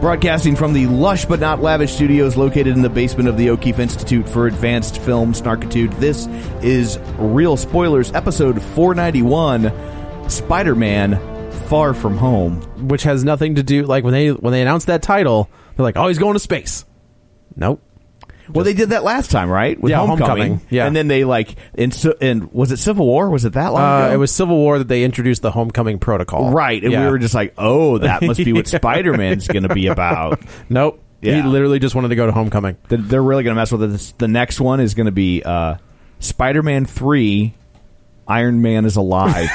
Broadcasting from the lush but not lavish studios located in the basement of the O'Keefe Institute for Advanced Film Snarkitude, this is Real Spoilers, episode 491 Spider Man Far From Home. which has nothing to do like when they when they announced that title they're like oh he's going to space nope Well, they did that last time, right? With Yeah, Homecoming, yeah. And then they, like, and, so, and was it Civil War? Was it that long uh, ago? it was civil war that they introduced the homecoming protocol Oh, Right. And Yeah. we were just like, oh, that must be what Spider Man's going to be about. nope Yeah. he literally just wanted to go to homecoming Th- They're really going to mess with it. This- The next one is going to be uh, Spider Man 3 Iron Man is Alive.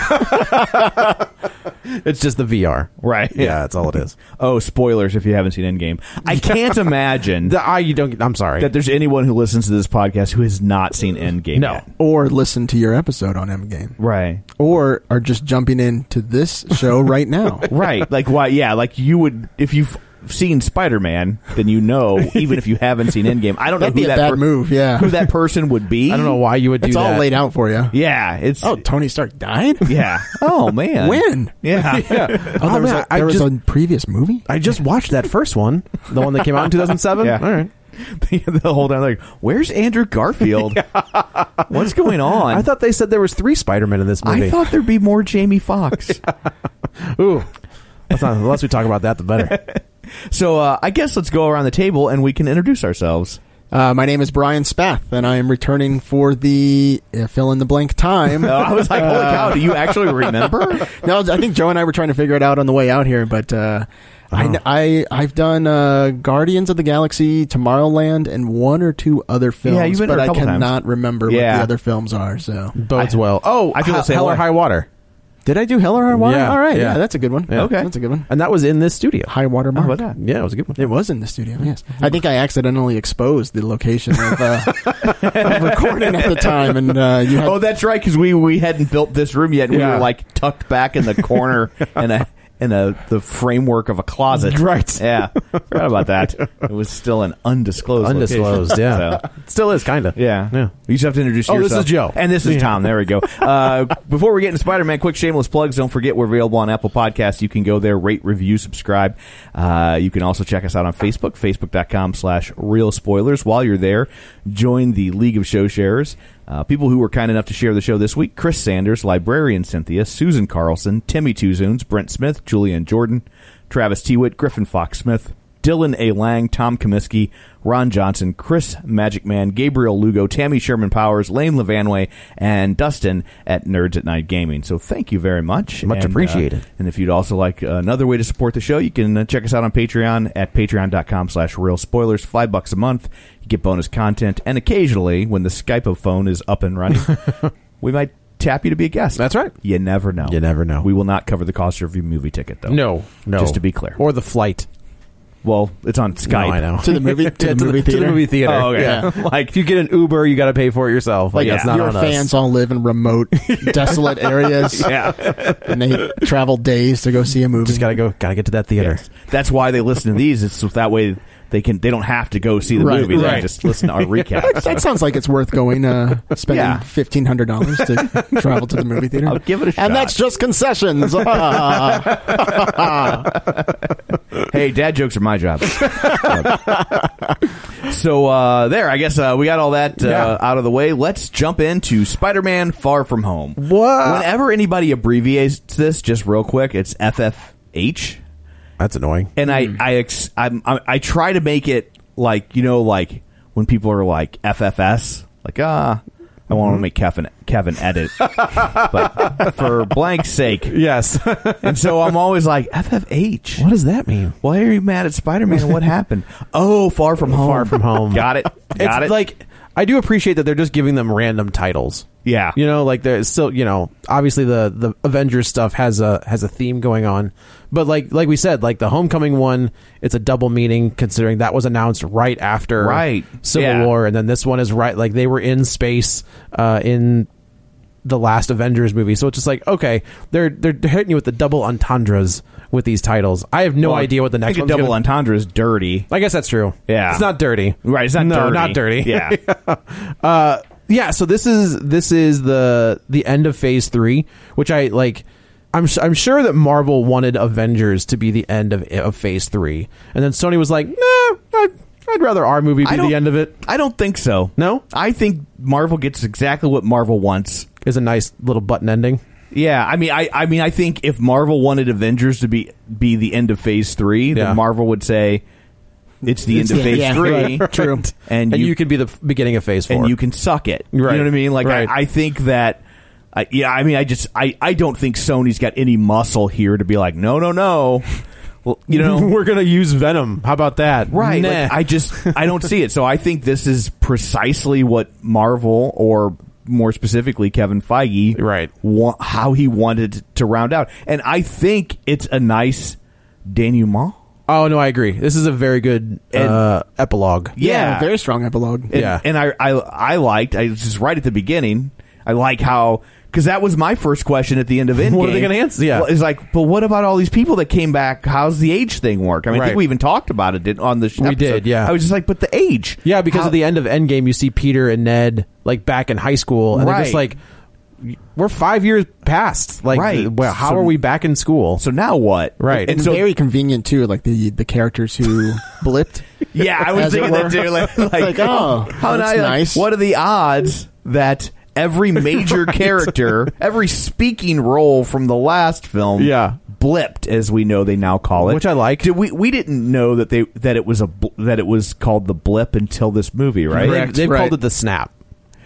it's just the vr Right. yeah that's all it is Oh, spoilers if you haven't seen Endgame. I can't imagine the, I, you don't get- i'm sorry that there's anyone who listens to this podcast who has not seen Endgame. No. yet. or listen to your episode on M Game, Right. or are just jumping into this show right now. Right. like why yeah, like you would if you've seen Spider-Man, then you know even if you haven't seen Endgame. I don't That'd be know who a that bad move, yeah. Who that person would be. i don't know why you would do it's all that laid out for you. Yeah, it's Oh, Tony Stark died. yeah. Oh man. When? Yeah. yeah. Oh, there was, man, a, there I was just, a previous movie. I just watched that first one, the one that came out in 2007. Yeah. All right. the whole time like, "Where's Andrew Garfield? What's going on?" I thought they said there was three Spider-Men in this movie. I thought there'd be more Jamie Foxx. Ooh, Let's not- the less we talk about that, the better. So uh, I guess let's go around the table and we can introduce ourselves. Uh, my name is Brian Spath, and I am returning for the uh, fill in the blank time. Uh, I was like, "Holy cow! Do you actually remember?" no, I think Joe and I were trying to figure it out on the way out here, but uh, I, I have done uh, Guardians of the Galaxy, Tomorrowland, and one or two other films. you've been but there a I couple times. cannot remember what Yeah. the other films are. So Bodes well. Oh, I feel the same hell way. or high water. did I do Hell or High Water? Yeah, All right, yeah. yeah. that's a good one. Yeah. Okay. that's a good one. and that was in this studio. High Water Mark. Yeah, it was a good one. It was in the studio, yes. I think I accidentally exposed the location of, uh, of recording at the time, and uh, you had Oh, that's right, because we we hadn't built this room yet. and We Yeah. were like tucked back in the corner in a in a the framework of a closet. Right. Yeah. Forgot about that. It was still an undisclosed. Undisclosed, location. yeah. So, It still is kind of. yeah. Yeah. You just have to introduce Oh, this yourself. is Joe. And this is Tom. There we go. Uh, before we get into Spider Man, quick shameless plugs. Don't forget we're available on Apple Podcasts. You can go there, rate, review, subscribe. Uh, you can also check us out on Facebook, facebook.com slash real spoilers. While you're there, join the League of Show Sharers. Uh, people who were kind enough to share the show this week Chris Sanders, Librarian Cynthia, Susan Carlson, Timmy Tuzoons, Brent Smith, Julian Jordan, Travis Tewitt, Griffin Fox Smith, Dylan A. Lang, Tom Comiskey, Ron Johnson, Chris Magic Man, Gabriel Lugo, Tammy Sherman Powers, Lane Levanway, and Dustin at Nerds at Night Gaming. So thank you very much. Much And, uh, appreciated. and if you'd also like uh, another way to support the show, you can uh, check us out on Patreon at patreon.com slash real spoilers. Five bucks a month. You get bonus content. And occasionally, when the Skype phone is up and running, we might tap you to be a guest. That's right. You never know. You never know. We will not cover the cost of your movie ticket, though. No, no. Just to be clear. Or the flight. Well, it's on No, Skype. I know. To the movie- to Yeah, the movie To the theater? movie theater. Oh, okay. Yeah. like, if you get an Uber, you got to pay for it yourself. Like, Like, that's yeah. not your on fans us. all live in remote, desolate areas, Yeah. and they travel days to go see a movie. Just got to go, got to get to that theater. Yes. That's why they listen to these. It's so that way they can they don't have to go see the Right, movie. They right. can just listen to our recap. That, that sounds like it's worth going, uh, spending Yeah. $1,500 to travel to the movie theater. I'll give it a and shot. that's just concessions. Ah, hey, dad jokes are my job. Um, so uh, there, I guess uh, we got all that uh, Yeah. out of the way. Let's jump into Spider-Man: Far From Home. What? Whenever anybody abbreviates this, just real quick, it's FFH, That's annoying. and I I ex- I'm, I I try to make it like you know like when people are like FFS, like ah. I want to Mm-hmm. make Kevin Kevin edit, but for blank's sake. Yes. And so I'm always like FFH. what does that mean? Why are you mad at Spider Man? What happened? Oh, Far From Home. Far From Home. Got it. Got it's it. like I do appreciate that they're just giving them random titles. Yeah. You know, like there's still, you know, obviously the the Avengers stuff has a has a theme going on. But like like we said, like the Homecoming one, it's a double meaning considering that was announced right after Right. Civil Yeah. War and then this one is right like they were in space uh in the last Avengers movie. So it's just like, okay, they're they're hitting you with the double entendres with these titles. I have no Well, idea what the I next think one's a double gonna- entendre is dirty. I guess that's true. Yeah. It's not dirty. Right. It's not no, dirty. not dirty. Yeah. Uh, yeah so this is this is the the end of phase three which i like I'm, s- I'm sure that Marvel wanted Avengers to be the end of, of Phase Three, and then Sony was like, "Nah, I'd, I'd rather our movie be I don't- the end of it." I don't think so. No? I think Marvel gets exactly what Marvel wants. Is a nice little button ending. Yeah, I mean, I, I mean, I think if Marvel wanted Avengers to be be the end of Phase three, Yeah. then Marvel would say it's the end of Phase yeah, three. right, true. and, And you, you could be the f- beginning of Phase Four. and you can suck it. Right. You know what I mean? Like Right. I, I think that. I yeah, I mean, I just I, I don't think Sony's got any muscle here to be like, no, no, no. Well, you know, we're gonna use Venom. How about that? right? Nah. like, I just I don't see it. So I think this is precisely what Marvel or more specifically Kevin Feige Right. wa- how he wanted to round out, and I think it's a nice denouement. oh no, I agree. This is a very good uh, epilogue. Yeah, very strong epilogue. And, Yeah. and I, I I liked. I was just right at the beginning. I like how because that was my first question at the end of Endgame. What are they gonna answer? Yeah. Well, it's like, but what about all these people that came back? How's the age thing work? I mean, I Right. think we even talked about it didn't, on the sh- We episode. did, yeah. I was just like, but the age, Yeah, because How- at the end of Endgame, you see Peter and Ned like back in high school, and they're just Right. like, "We're five years past. Like, Right. well, how So- are we back in school?" So now what? Right. And And so very convenient too, like the the characters who blipped. yeah, I was As it thinking that were. too. Like, Like, oh, how that's ni- like, nice. What are the odds that? Every major character, every speaking role from the last film, Yeah. blipped as we know they now call it, Which I like. Did we we didn't know that they that it was a bl- that it was called the blip until this movie, right? They've, they've called it the snap.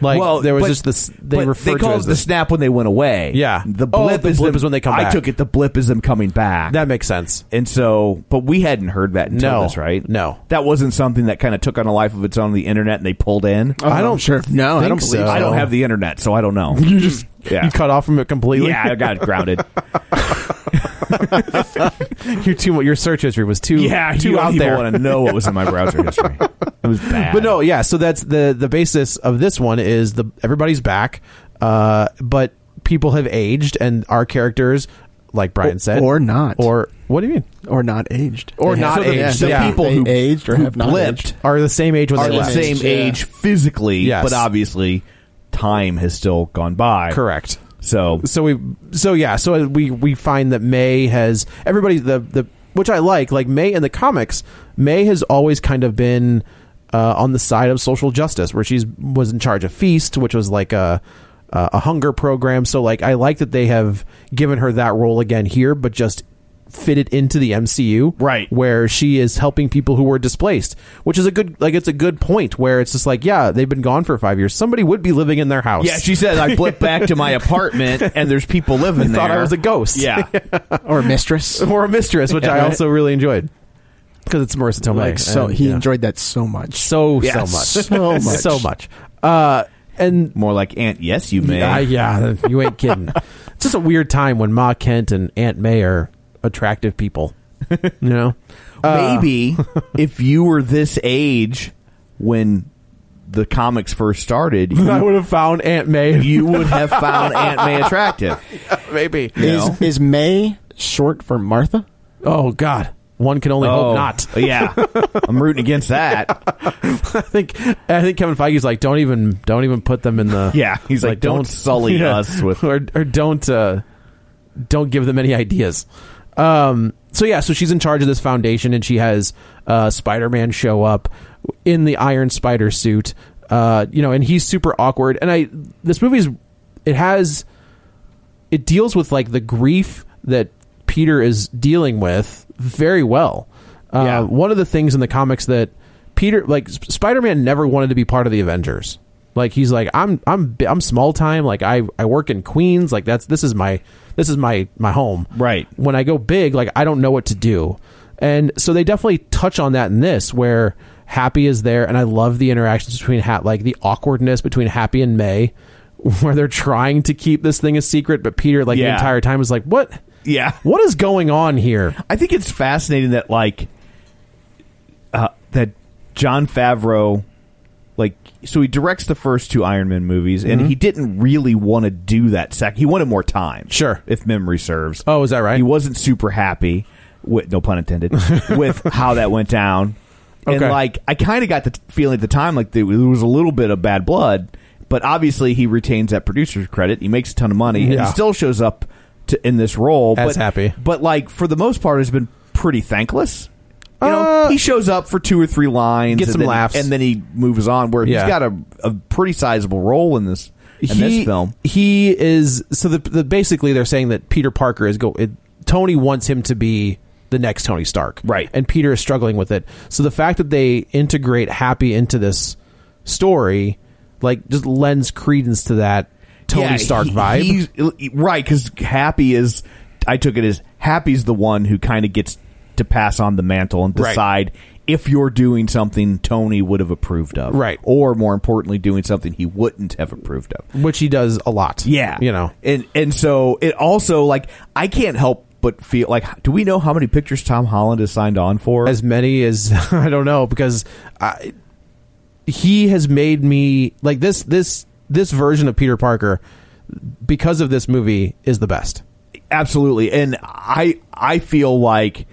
Like, there was but- just this. They but referred they to it called as it the snap when they went away. Yeah. the Oh, blip, the is, blip them- is when they come I back. took it the blip is them coming back. That makes sense. and so, but we hadn't heard that until No. this, right? No. that wasn't something that kind of took on a life of its own on the internet, and they pulled in. I don't sure. No, I think don't believe. so. So. I don't have the internet, so I don't know. You just Yeah. you cut off from it completely. yeah, I got grounded. your too your search history was too yeah, too you out there. want to know what was in my browser history. It was bad. But no, yeah. So that's the the basis of this one is the everybody's back, uh, but people have aged, and our characters, like Brian Or- said, or not. or what do you mean, or not aged, Or They not have- aged, yeah, so yeah. people They who- aged or who have not blipped aged. are the same age when are they the left. same Yeah. age physically, Yes. but obviously time has still gone by. Correct. So So we, so yeah, so we we find that May has everybody the the which I like like May in the comics. May has always kind of been uh, on the side of social justice, where she's was in charge of Feast, which was like a a hunger program. So like I like that they have given her that role again here, but just fit it into the MCU, Right. Where she is helping people who were displaced, which is a good like it's a good point where it's just like yeah they've been gone for five years, somebody would be living in their house. yeah, she said I blipped back to my apartment and there's people living there. thought I was a ghost. Yeah, or mistress. or a mistress, which I Yeah. also really enjoyed because it's Marissa Tomei. like so, and, he yeah. enjoyed that so much. so Yeah, so so much, much. so much. Uh, and more like Aunt. Yes, you may. yeah, yeah, you ain't kidding. it's just a weird time when Ma Kent and Aunt May are attractive people. You know, Uh, Maybe if you were this age when the comics first started, I you, would have found Aunt May. you would have found Aunt May attractive. maybe. You know? Is is May short for Martha? Oh God, One can only hope not. yeah, I'm rooting against that. I think I think Kevin Feige's like don't even don't even put them in the Yeah, he's like, "Don't sully us with-" or or don't uh, don't give them any ideas. Um, so yeah, so she's in charge of this foundation, and she has uh, Spider Man show up in the Iron Spider suit. Uh, you know, and he's super awkward. And I this movie's it has it deals with like the grief that Peter is dealing with very well. Uh, Yeah. One of the things in the comics that Peter, like Sp- Spider-Man, never wanted to be part of the Avengers. Like he's like I'm I'm bi- I'm small time. Like I I work in Queens. Like that's this is my this is my my home. Right. When I go big, like I don't know what to do. And so they definitely touch on that in this where Happy is there, and I love the interactions between Hat, like the awkwardness between Happy and May, where they're trying to keep this thing a secret, but Peter, like the Yeah. entire time, is like, "What? Yeah, What is going on here?" I think it's fascinating that like uh, that John Favreau like so he directs the first two Iron Man movies and Mm-hmm. he didn't really want to do that sec he wanted more time. Sure. If memory serves. Oh, is that right? He wasn't super happy with no pun intended with how that went down. Okay. And like I kind of got the t- feeling at the time like there was a little bit of bad blood, but obviously he retains that producer's credit. He makes a ton of money and Yeah. he still shows up to, in this role As happy. but like for the most part, has been pretty thankless. You know, Uh, he shows up for two or three lines, Get and some then, laughs. and then he moves on. Where Yeah. he's got a, a pretty sizable role in this in this film. He is so the, the basically they're saying that Peter Parker is go. It, Tony wants him to be the next Tony Stark, Right. And Peter is struggling with it. So the fact that they integrate Happy into this story, like, just lends credence to that Tony Yeah, Stark he- vibe. he's- right? Because Happy is, I took it as Happy's the one who kind of gets to pass on the mantle and Right. decide if you're doing something Tony would have approved of, Right. Or more importantly, doing something he wouldn't have approved of. which he does a lot. Yeah, you know. and and so it also like I can't help but feel like do we know how many pictures Tom Holland has signed on for? as many as I don't know because I, he has made me like this this this version of Peter Parker because of this movie is the best. Absolutely, and I I feel like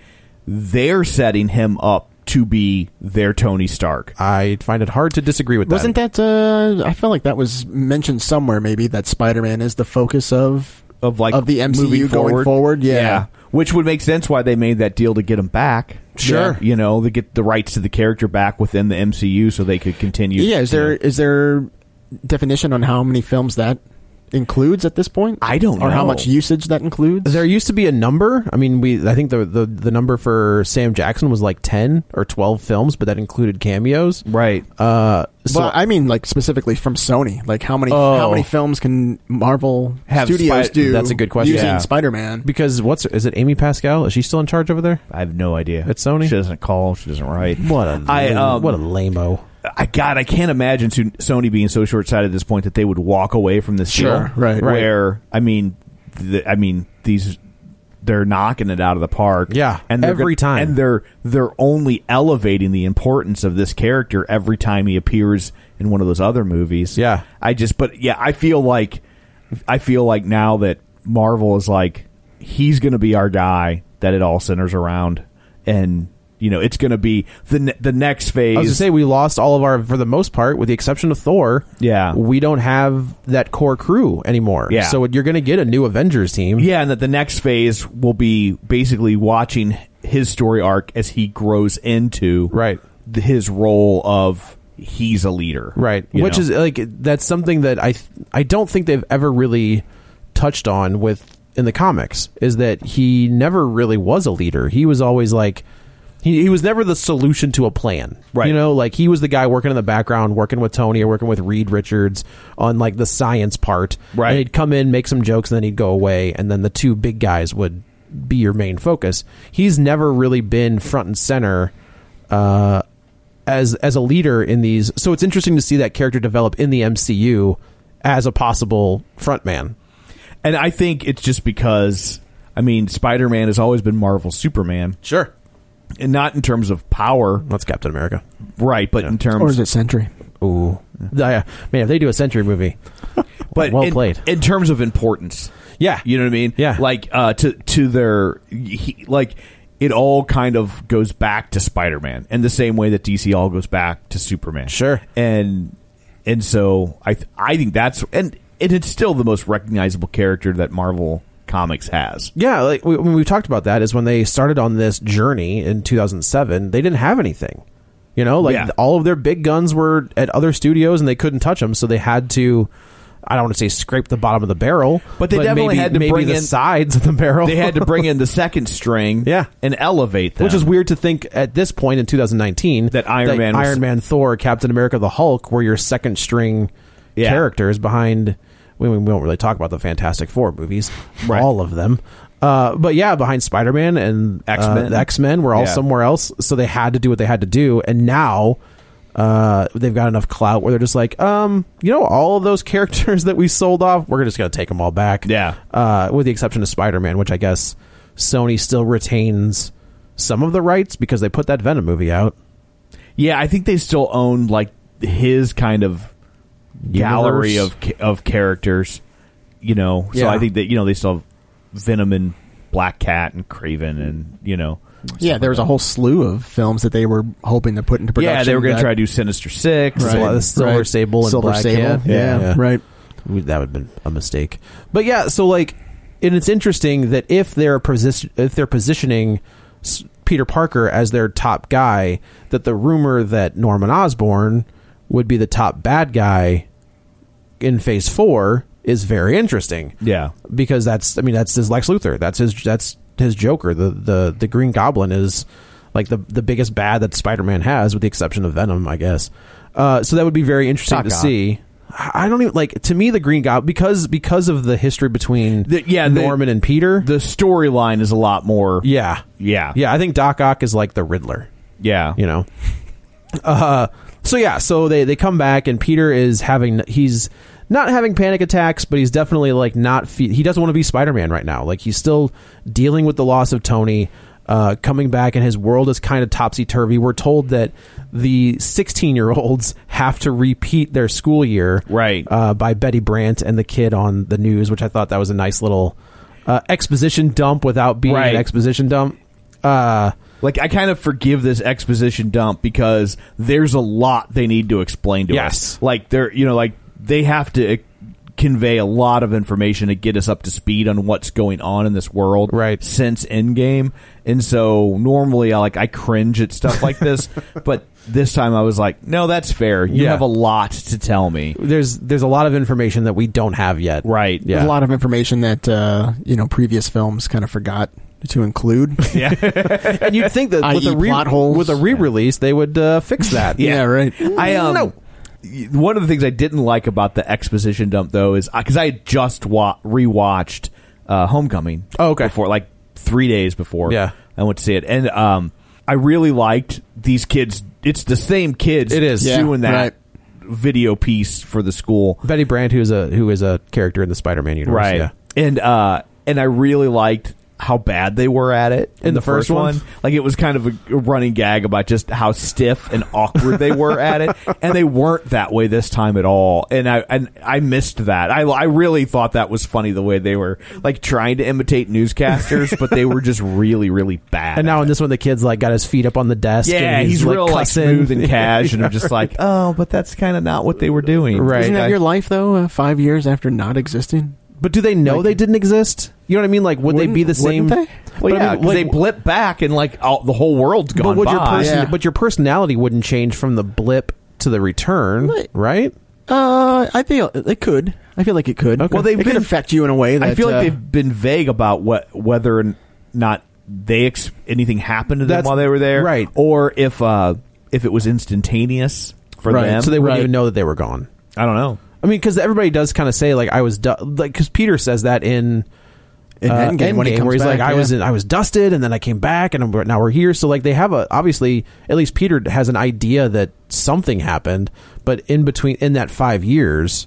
they're setting him up to be their Tony Stark. I find it hard to disagree with Wasn't that? Uh, I felt like that was mentioned somewhere. Maybe that Spider-Man is the focus of Of like of the moving MCU going forward. Yeah. which would make sense why they made that deal to get him back. Sure. you know to get the rights to the character back within the MCU so they could continue. Yeah, is there is there definition on how many films that includes at this point? I don't or how know. much usage that includes. There used to be a number. I mean, we I think the, the the number for Sam Jackson was like ten or twelve films, but that included cameos. right? Uh, so well, I mean, like specifically from Sony, like how many Oh. how many films can Marvel Have studios Spi- do? that's a good question. Using Yeah. Spider-Man, because what's is it Amy Pascal? Is she still in charge over there? I have no idea. At Sony? she doesn't call. She doesn't write. What a I, lame- um, what a lameo. I God, I can't imagine Su- Sony being so short sighted at this point that they would walk away from this Sure, deal. right, right. Where I mean, the, I mean these they're knocking it out of the park. Yeah, they're every gonna- time. and they're they're only elevating the importance of this character every time he appears in one of those other movies. Yeah. I just, but yeah, I feel like I feel like now that Marvel is like he's going to be our guy that it all centers around, and you know it's going to be the ne- the next phase. I was to say we lost all of our, for the most part, with the exception of Thor. Yeah. we don't have that core crew anymore. Yeah. so you're going to get a new Avengers team. Yeah, and that the next phase will be basically watching his story arc as he grows into Right. th- his role of he's a leader, right. you Which know? is like that's something that I th- I don't think they've ever really touched on with in the comics is that he never really was a leader. He was always like. He, he was never the solution to a plan, Right. You know, like he was the guy working in the background, working with Tony or working with Reed Richards on like the science part. Right. And he'd come in, make some jokes, and then he'd go away, and then the two big guys would be your main focus. He's never really been front and center uh, as as a leader in these. So it's interesting to see that character develop in the MCU as a possible frontman. and I think it's just because I mean Spider Man has always been Marvel's Superman, Sure, and not in terms of power, that's Captain America. right? But in terms or is it Sentry? Ooh, Yeah. man, if they do a Century movie, but well in, played. in terms of importance. Yeah. you know what I mean. Yeah. like uh, to to their he, like it all kind of goes back to Spider-Man in the same way that DC all goes back to Superman. Sure. And and so I th- I think that's and and it's still the most recognizable character that Marvel Comics has. Yeah, like we, when we've talked about that is when they started on this journey in 2007, they didn't have anything. You know, like Yeah. all of their big guns were at other studios and they couldn't touch them, so they had to. I don't want to say scrape the bottom of the barrel, But they definitely maybe- had to maybe bring the in- sides of the barrel. They had to bring in the second string, Yeah. and elevate them, which is weird to think at this point in 2019 That Iron Man was- Iron Man, Thor, Captain America, the Hulk were your second string Yeah. characters behind. We, we don't really talk about the Fantastic Four movies, Right. all of them. Uh, but yeah, behind Spider Man and X-Men. X Men were all Yeah. somewhere else, so they had to do what they had to do, and now. Uh, they've got enough clout where they're just like, um, you know, all of those characters that we sold off, we're just gonna take them all back Yeah. uh, with the exception of Spider-Man, which I guess Sony still retains some of the rights because they put that Venom movie out. Yeah, I think they still own like his kind of gallery Universe. of ca- of characters, you know. So Yeah. I think that you know they still have Venom and Black Cat and Craven and you know. Yeah, there was a whole slew of films that they were hoping to put into production. yeah, they were going to that- try to do Sinister Six. Right. and- Well, Silver Sable and Silver Black Sable. Cat. Yeah. Yeah. right. We- That would have been a mistake. But yeah, so like, and it's interesting that if they're posi- if they're positioning S- Peter Parker as their top guy, that the rumor that Norman Osborn would be the top bad guy in Phase Four is very interesting. Yeah, because that's I mean that's his Lex Luthor. That's his that's his Joker. The the the Green Goblin is like the the biggest bad that Spider Man has, with the exception of Venom, I guess. Uh, so that would be very interesting to Taka. see. I don't even like to me the Green Goblin because because of the history between The- yeah, the- Norman and Peter. the storyline is a lot more. yeah, yeah, yeah. I think Doc Ock is like the Riddler yeah. you know. Uh, so yeah, so they they come back and Peter is having he's not having panic attacks, but he's definitely like not fe- he doesn't want to be Spider Man right now. Like he's still dealing with the loss of Tony. Uh, coming back and his world is kind of topsy turvy. We're told that the 16 year olds have to repeat their school year, Right. Uh, by Betty Brant and the kid on the news, which I thought that was a nice little uh, exposition dump without being Right. an exposition dump. Uh, Like I kind of forgive this exposition dump because there's a lot they need to explain to Yes. us. Like they're you know like they have to eh, convey a lot of information to get us up to speed on what's going on in this world Right. since Endgame. And so normally I like I cringe at stuff like this, but this time I was like, no, that's fair. You Yeah. have a lot to tell me. there's there's a lot of information that we don't have yet. Right. Yeah. a lot of information that uh, you know previous films kind of forgot to include. Yeah, and you'd think that with i.e. a re- plot holes. with a re-release they would uh, fix that. right. I um, Mm. No. y- One of the things I didn't like about the exposition dump though is because I had just wa- rewatched uh, Homecoming. Oh, okay. Before like three days before. Yeah. I went to see it, and um, I really liked these kids. It's the same kids. It is. Yeah, doing right. that video piece for the school. Betty Brandt, who's a who is a character in the Spider-Man universe. Right. Yeah. And uh, and I really liked how bad they were at it in, the first one? Like it was kind of a running gag about just how stiff and awkward they were at it, and they weren't that way this time at all. And I and I missed that. I I really thought that was funny the way they were like trying to imitate newscasters, but they were just really really bad. And at now it. in this one, the kid's like got his feet up on the desk. Yeah, and he's, he's, like, real like cussing. smooth and cash, and I'm just like, oh, but that's kind of not what they were doing, Right. Isn't that I- your life though? Uh, five years after not existing. But do they know Like- they didn't exist? You know what I mean? Like, would they be the same? Wouldn't- wouldn't But Well, I yeah, mean, 'cause like- they blip back and like all, the whole world's gone but would your by. person, Yeah. but your personality wouldn't change from the blip to the return, Right. right? they? Uh, I feel it could. I feel like it could. Well, they've it could been- affect you in a way that I feel like uh, they've been vague about what whether or not they ex- anything happened to them That's- while they were there, right. Or if uh, if it was instantaneous for Right. them, So they wouldn't Right. even know that they were gone. I don't know. I mean, because everybody does kind of say like I was du- like because Peter says that in in uh, Endgame, when he Endgame, comes where he's back, like, I yeah. was in, I was dusted, and then I came back, and I'm, now we're here. So like they have a obviously at least Peter has an idea that something happened, but in between in that five years,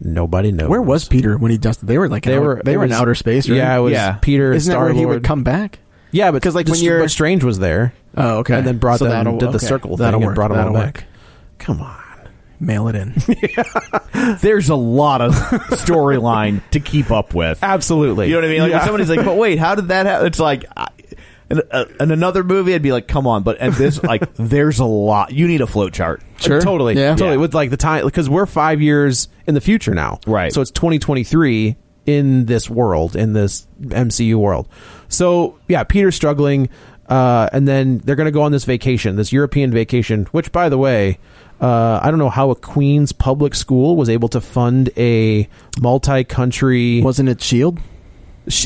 nobody knows Where was Peter when he dusted? They were like They out- were they it were in was- outer space. Right? Yeah, it was Yeah. Peter. Isn't that where he Star-Lord. would come back? Yeah, but 'Cause, like, the- when you're- but Strange was there. Oh, okay. and then brought So them that'll- did the okay. circle thing That'll and work. brought them all That'll work. back. Come on. Mail it in. There's a lot of storyline to keep up with. Absolutely. Ah, You know what I mean? Like when somebody's like, "But wait, how did that happen?" It's like I, In, uh, in another movie, I'd be like, "Come on!" But and this, like, there's a lot. You need a flow chart. Sure. Totally. Yeah. Totally. Yeah. With like the time, because we're five years in the future now. Right. So it's 2023 in this world, in this MCU world. So yeah, Peter's struggling. Uh, and then they're going to go on this vacation, this European vacation, which, by the way, uh, I don't know how a Queens public school was able to fund a multi country. Wasn't it Shield?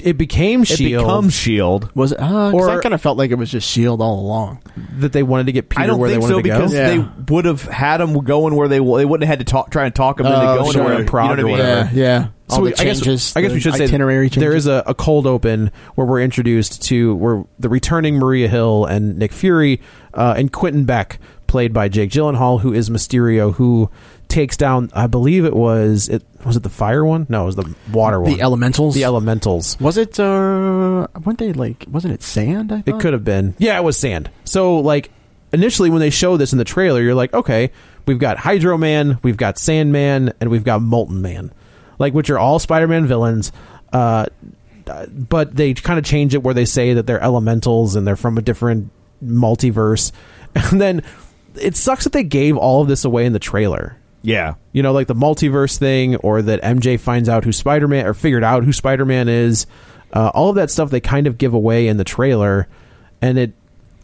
It became It Shield becomes Shield. Was it? Uh, 'cause Or- I kind of felt like it was just Shield all along. that they wanted to get Peter I don't where they think wanted so to go. because Yeah. they would have had them going where they wa- they wouldn't have had to talk, try and talk them into Oh, going sure. to where Prague you know or what I mean? whatever. Yeah, yeah. So All the we- I guess- changes, I guess the we should say itinerary that There changes. is a, a cold open where we're introduced to where the returning Maria Hill and Nick Fury uh, and Quentin Beck, played by Jake Gyllenhaal, who is Mysterio, who takes down. I believe it was it was it the fire one? No, it was the water one. The elementals. The elementals. Was it? Uh, weren't they like? Wasn't it sand? I It thought? could have been. Yeah, it was sand. So like initially when they show this in the trailer, you're like, okay, we've got Hydro Man, we've got Sandman, and we've got Molten Man, like which are all Spider-Man villains. Uh, but they kind of change it where they say that they're elementals and they're from a different multiverse, and then it sucks that they gave all of this away in the trailer. Yeah. You know, like the multiverse thing, or that MJ finds out who Spider Man or figured out who Spider Man is. Uh, all of that stuff they kind of give away in the trailer, and it,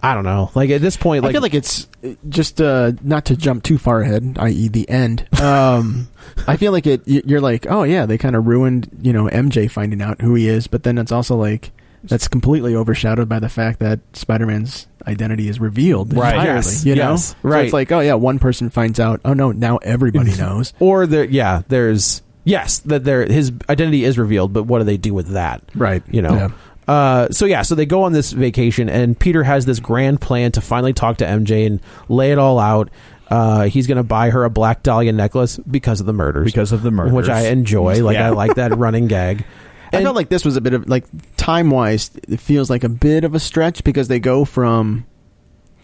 I don't know. Like at this point, like, I feel like it's uh, just uh, not to jump too far ahead, i.e., the end. Um, I feel like it. y- You're like, oh yeah, they kind of ruined you know MJ finding out who he is, but then it's also like that's completely overshadowed by the fact that Spider-Man's identity is revealed. Right. entirely, Yes, You know. yes, So right. it's like, oh yeah, one person finds out. Oh no, now everybody knows. or there, yeah, there's yes that there his identity is revealed, but what do they do with that? Right. You know. Yeah. Uh, so yeah, so they go on this vacation, and Peter has this grand plan to finally talk to MJ and lay it all out. Uh, he's gonna buy her a black dahlia necklace because of the murders. Because of the murders. which I enjoy. Like Yeah. I like that running gag. I felt like this was a bit of like time wise, it feels like a bit of a stretch because they go from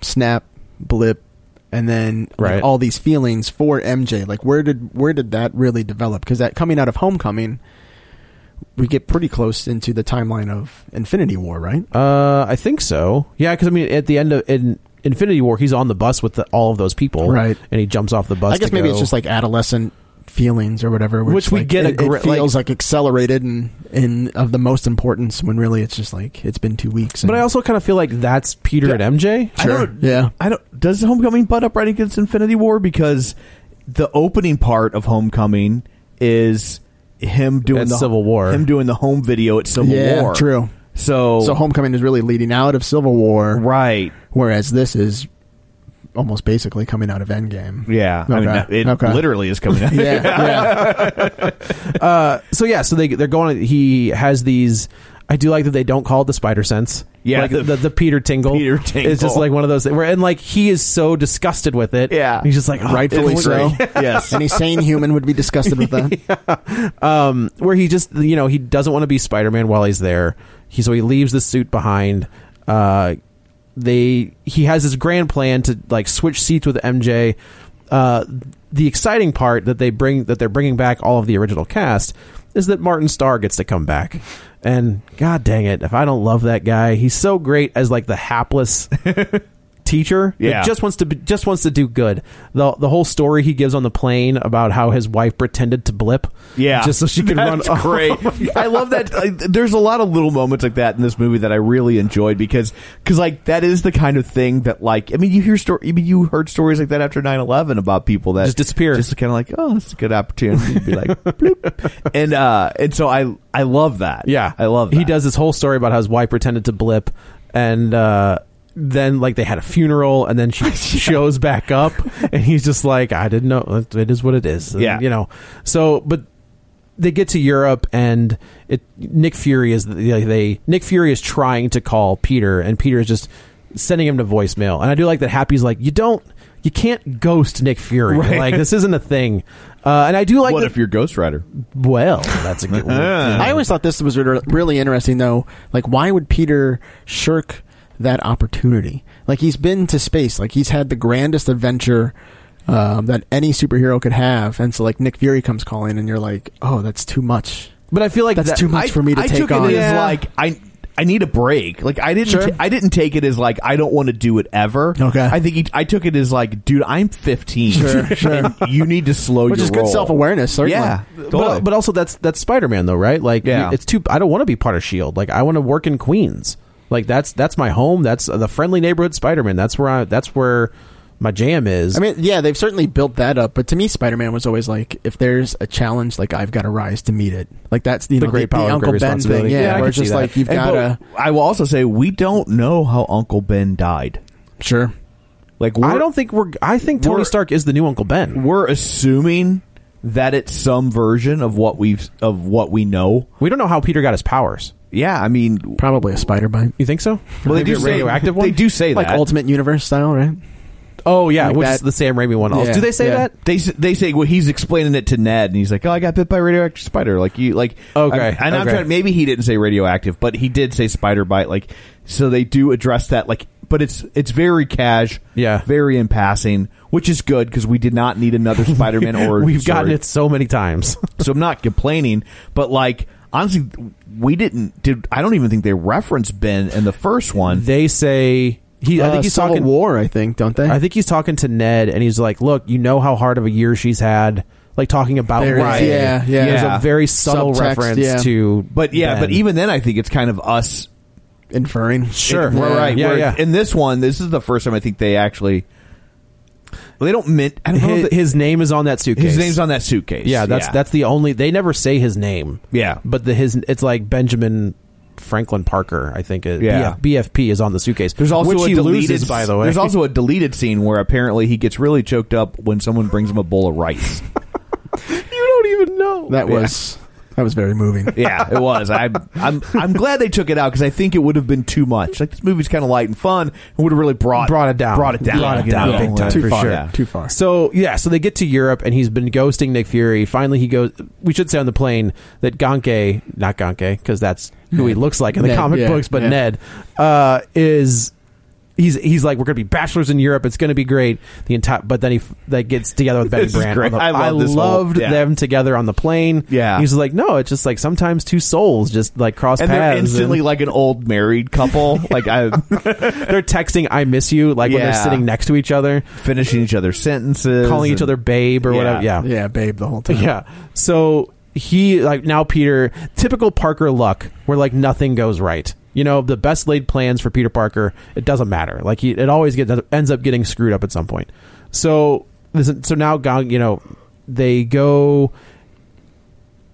snap, blip, and then like, Right. all these feelings for MJ. Like where did where did that really develop? Because that coming out of Homecoming, we get pretty close into the timeline of Infinity War, right? Uh, I think so. Yeah, because I mean, at the end of in Infinity War, he's on the bus with the, all of those people, Right. And he jumps off the bus. I guess to maybe go- it's just like adolescent feelings or whatever, Which just, we like, get a it, it gri- feels like, accelerated and and of the most importance when really it's just like it's been two weeks. But and- I also kind of feel like that's Peter and MJ. I don't, Yeah. I don't. Does Homecoming butt up right against Infinity War because the opening part of Homecoming is him doing At the Civil War. him doing the home video at Civil yeah, War. true. So, So Homecoming is really leading out of Civil War, right. whereas this is almost basically coming out of Endgame. Yeah, I mean, Okay. it Okay. literally is coming out. Yeah, yeah. So yeah, so they they're going. He has these. I do like that they don't call it the spider sense. Yeah, like the, the- the, Peter tingle. Peter It's just tingle. like one of those. Where and like he is so disgusted with it. Yeah. he's just like "Oh, rightfully it's so. great." yes. Any sane human would be disgusted with that. where he just you know he doesn't want to be Spider-Man while he's there. He so he leaves the suit behind. Uh, they he has this grand plan to like switch seats with MJ. Uh, the exciting part that they bring that they're bringing back all of the original cast is that Martin Starr gets to come back. And god dang it, if I don't love that guy, he's so great as like the hapless teacher that Yeah. just wants to be, just wants to do good. The the whole story he gives on the plane about how his wife pretended to blip Yeah, just so she could That's run. Great. I love that. I, there's a lot of little moments like that in this movie that I really enjoyed because, because like that is the kind of thing that like I mean you hear story. I mean you heard stories like that after 9-11 about people that Just disappear. Just kind of like oh, that's a good opportunity to be like bloop. And uh, and so I I love that. Yeah, I love. That. He does this whole story about how his wife pretended to blip, and uh, then like they had a funeral, and then she shows back up, and he's just like, "I didn't know. It is what it is." And, Yeah. you know. So, but they get to Europe, and it Nick Fury is they, they Nick Fury is trying to call Peter, and Peter is just sending him to voicemail. And I do like that Happy's like, "You don't." You can't ghost Nick Fury. Right. Like this isn't a thing, uh, and I do like. what that- if you're Ghost Rider? well, that's a good. one. I always thought this was re- really interesting, though. Like, why would Peter shirk that opportunity? Like, he's been to space. Like, he's had the grandest adventure um, that any superhero could have. And so, like, Nick Fury comes calling, and you're like, oh, that's too much. But I feel like That's that, too much I- for me to I take took on. It as Yeah. like I I need a break. Like I didn't Sure. t- I didn't take it as like I don't want to do it ever. Okay. I think he, I took it as like dude, I'm 15. Sure, sure. And you need to slow Which your is good roll. self-awareness, certainly. Yeah. Totally. But, but also that's that's Spider Man though, right? Like, Yeah. you- it's too. I don't want to be part of Shield. Like, I want to work in Queens. Like that's that's my home. That's uh, the friendly neighborhood Spider Man. That's where I, that's where my jam is. I mean, yeah, they've certainly built that up, but to me, Spider Man was always like, if there's a challenge, like I've got to rise to meet it. Like that's you The know, great the, power, the great Uncle Ben responsibility. thing, yeah. Yeah, I where can it's just see that. like you've And, got but to, I will also say we don't know how Uncle Ben died. sure, Like I we're- don't think we're. I think we're- Tony Stark is the new Uncle Ben. we're assuming that it's some version of what we've of what we know. We don't know how Peter got his powers. Yeah, I mean, probably a Spider Man, You think so? well, they Maybe do a say radioactive one. They do say like that. Ultimate Universe style, right? Oh yeah, Like which that- is the Sam Raimi one. Also, Yeah, do they say yeah. that? They s- they say well he's explaining it to Ned and he's like oh I got bit by a radioactive spider like you like Okay, I'm- and I'm okay. trying maybe he didn't say radioactive but he did say spider bite like so they do address that like but it's it's very cash Yeah. very in passing which is good because we did not need another Spider-Man or We've gotten it so many times. so I'm not complaining but like honestly we didn't did I don't even think they referenced Ben in the first one they say he. I Uh, think he's Civil talking. War. I think, don't Eh? they? I think he's talking to Ned, and he's like, "Look, you know how hard of a year she's had." Like talking about There is, Ryan. yeah, yeah. There's Yeah. a very subtle Subtext, reference yeah. to, but yeah Ben. but even then I think it's kind of us inferring. Sure, Yeah. we're right. Yeah, We're- yeah. In this one, this is the first time I think they actually. Well, they don't mint. I don't know his, if they- his name is on that suitcase. his name's on that suitcase. Yeah, that's that's the only. They never say his name. Yeah. but the his it's like Benjamin Franklin Parker. I think. It, Yeah. BF, BFP is on the suitcase. There's also which a he deleted. loses, by the way. there's also a deleted scene where apparently he gets really choked up when someone brings him a bowl of rice. you don't even know that was that was very moving. yeah, it was. I'm I'm I'm glad they took it out because I think it would have been too much. Like this movie's kind of light and fun. It would have really brought Brought it down. Brought it down. Brought it you down know? big time, too for far, sure. Yeah. too far. So yeah, so they get to Europe and he's been ghosting Nick Fury. Finally, he goes. We should say on the plane that Gonke, not Gonke, because that's who he looks like in the Ned, comic yeah, books, but yeah. Ned uh, is. He's, he's like we're gonna be bachelors in Europe. It's gonna be great. The entire but then he f- that gets together with Betty This is Brant. great. on the- I love this whole- loved yeah. them together on the plane. Yeah. he's like no, it's just like sometimes two souls just like cross And paths. they're and instantly like an old married couple. like I. they're texting "I miss you" like when Yeah. they're sitting next to each other, finishing each other's sentences, calling each and- other babe or Yeah. whatever. Yeah, yeah, babe, the whole time. Yeah. So he like now Peter typical Parker luck where like nothing goes right. You know the best laid plans for Peter Parker it doesn't matter. Like he it always gets ends up getting screwed up at some point. So this so now Gong you know they go.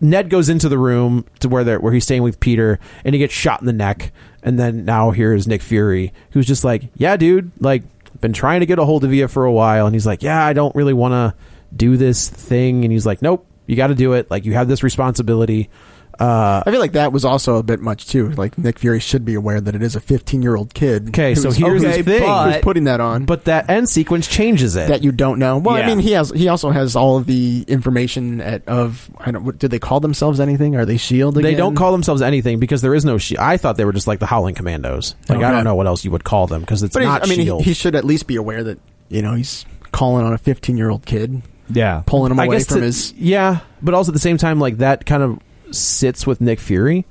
Ned goes into the room to where they're, where he's staying with Peter and he gets shot in the neck and then now here is Nick Fury who's just like yeah dude like been trying to get a hold of you for a while and he's like yeah I don't really want to do this thing and he's like nope you got to do it like you have this responsibility I feel like that was also a bit much too. Like Nick Fury should be aware that it is a 15 year old kid. Okay, so who's- here's the who's- thing. who's putting that on? but that end sequence changes it that you don't know. Well, Yeah. I mean, he has. He also has all of the information at of. I don't. What, did they call themselves anything? Are they Shield? they E again? don't call themselves anything because there is no shield I thought they were just like the Howling Commandos like I Okay. don't know what else you would call them because it's But he's- not I mean, shield he, he should at least be aware that you know he's calling on a 15 year old kid, Yeah. pulling him I away guess from to- his. yeah, but also at the same time, like that kind of sits with Nick Fury,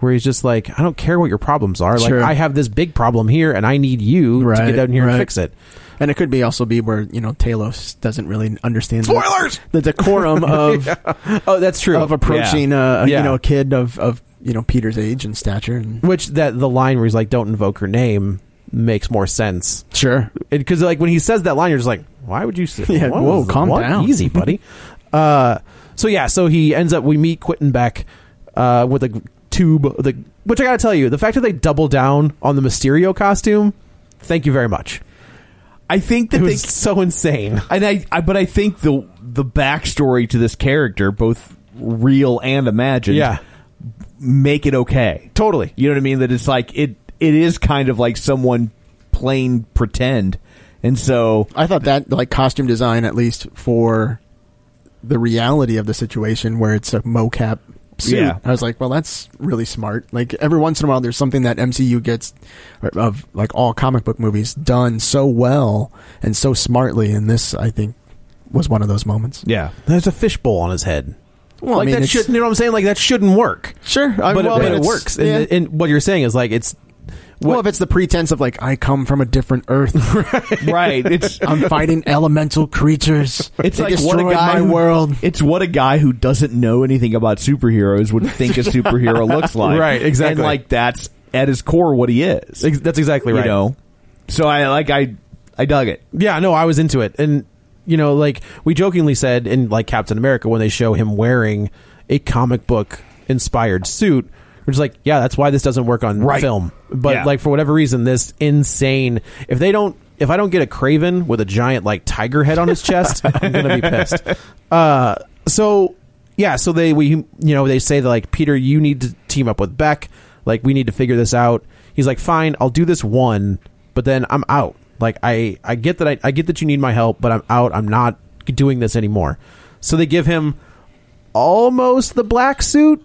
where he's just like, I don't care what your problems are. Sure. Like I have this big problem here, and I need you to Right, get down here right. and fix it. And it could be also be where you know Talos doesn't really understand spoilers the, the decorum of Oh, that's true. of approaching uh, Yeah. you know a kid of of you know Peter's age and stature. And, Which that the line where he's like, "Don't invoke her name." Makes more sense sure, because, like, when he says that line, you're just like, "Why would you say? Yeah, what whoa, was- calm what? down. easy, buddy." uh, so yeah, so he ends up. We meet Quentin Beck uh, with a tube. The which I gotta tell you, the fact that they double down on the Mysterio costume, thank you very much. I think that it they was so insane. and I, I but I think the the backstory to this character, both real and imagined, Yeah. make it okay. Totally. You know what I mean? That it's like it it is kind of like someone playing pretend. And so I thought that like costume design, at least for the reality of the situation where it's a mocap suit. Yeah. I was like, well, that's really smart. Like every once in a while, there's something that MCU gets or, of like all comic book movies done so well and so smartly, and this I think was one of those moments. Yeah. There's a fishbowl on his head. Well, I like mean, that it's- should you know what I'm saying? Like that shouldn't work. Sure, I- but, it- well, I but mean, it it's- works. And, yeah. and what you're saying is like it's well, if it's the pretense of like I come from a different Earth, right. It's I'm fighting elemental creatures. It's They like what destroyed a guy my who- world. It's what a guy who doesn't know anything about superheroes would think a superhero looks like. Right, exactly. And like that's at his core what he is. ex- that's exactly You right. know. So I like I I dug it. Yeah, no, I was into it, and you know, like we jokingly said in like Captain America when they show him wearing a comic book inspired suit, we're just like, yeah, that's why this doesn't work on Right. film. But Yeah. like for whatever reason, this insane. If they don't, if I don't get a Craven with a giant like tiger head on his chest, I'm gonna be pissed. Uh, so yeah, so they we you know they say that like Peter, you need to team up with Beck. Like we need to figure this out. He's like, fine, I'll do this one, but then I'm out. Like I I get that I, I get that you need my help, but I'm out. I'm not doing this anymore. So they give him almost the black suit.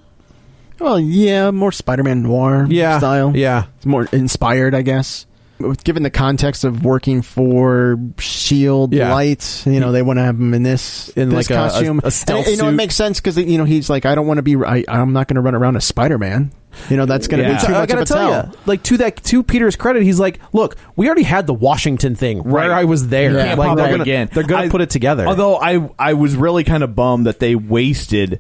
Well, yeah, more Spider-Man noir Yeah, style. yeah. it's more inspired, I guess. With- Given the context of working for Shield Yeah. Light, you know they want to have him in this In this like a- a- costume. a stealth And, you know, suit. it makes sense because you know he's like, I don't want to be. I, I'm not going to run around as Spider-Man. You know that's going to Yeah. be too I much of gotta a tell tell. you, like to that to Peter's credit, he's like, "Look, we already had the Washington thing Right. where I was there. Yeah. Like Pop they're up gonna, again. they're gonna I- put it together." Although I I was really kind of bummed that they wasted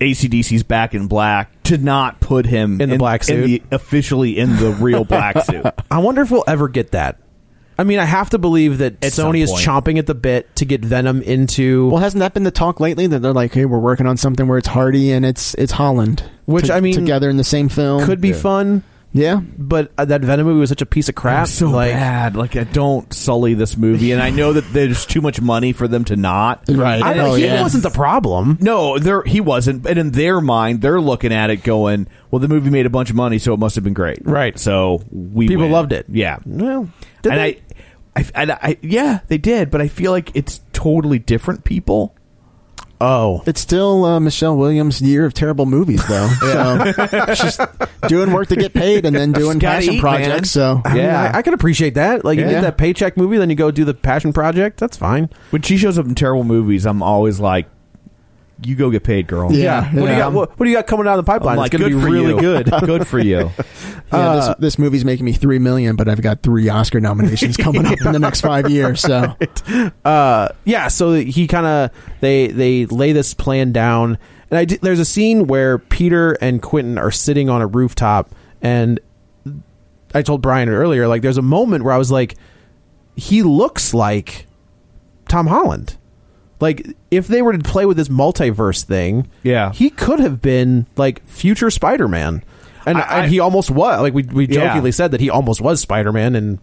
ACDC's Back in Black to not put him In the black in suit. the- officially in the real black suit. I wonder if we'll ever get that. I mean, I have to believe that At some Sony is point. chomping at the bit to get Venom into Well, hasn't that been the talk lately that they're like, hey, we're working on something where it's Hardy and it's it's Holland, Which, to- I mean, together in the same film could be fun, Yeah, but uh, that Venom movie was such a piece of crap. It's so like, bad. Like, I don't sully this movie, and I know that there's too much money for them to not. Right. And I in know Oh, he yeah. wasn't the problem. No, there he wasn't. And in their mind, they're looking at it going, "Well, the movie made a bunch of money, so it must have been great." Right. So we People win. loved it. Yeah. Well, did and they? I, I, and I, yeah, they did. But I feel like it's totally different people. oh, It's still uh, Michelle Williams' year of terrible movies, though. So she's doing work to get paid and then doing gotta passion eat, projects. man. So I mean, Yeah. I, I can appreciate that. Like, you Yeah. get that paycheck movie, then you go do the passion project. That's fine. When she shows up in terrible movies, I'm always like, "You go get paid, girl." Yeah. What do you Yeah. got? What, what do you got coming down the I'm pipeline? like, it's good going to be for really you. good. good for you. yeah, Uh, this, this movie's making me three million, but I've got three Oscar nominations coming up in the next five years. So uh, yeah, so he kind of they they lay this plan down, and I d- there's a scene where Peter and Quentin are sitting on a rooftop, and I told Brian earlier, like there's a moment where I was like, he looks like Tom Holland. Like if they were to play with this multiverse thing, Yeah. he could have been like future Spider-Man, and, I- and he almost was. Like we we Yeah. jokingly said that he almost was Spider-Man in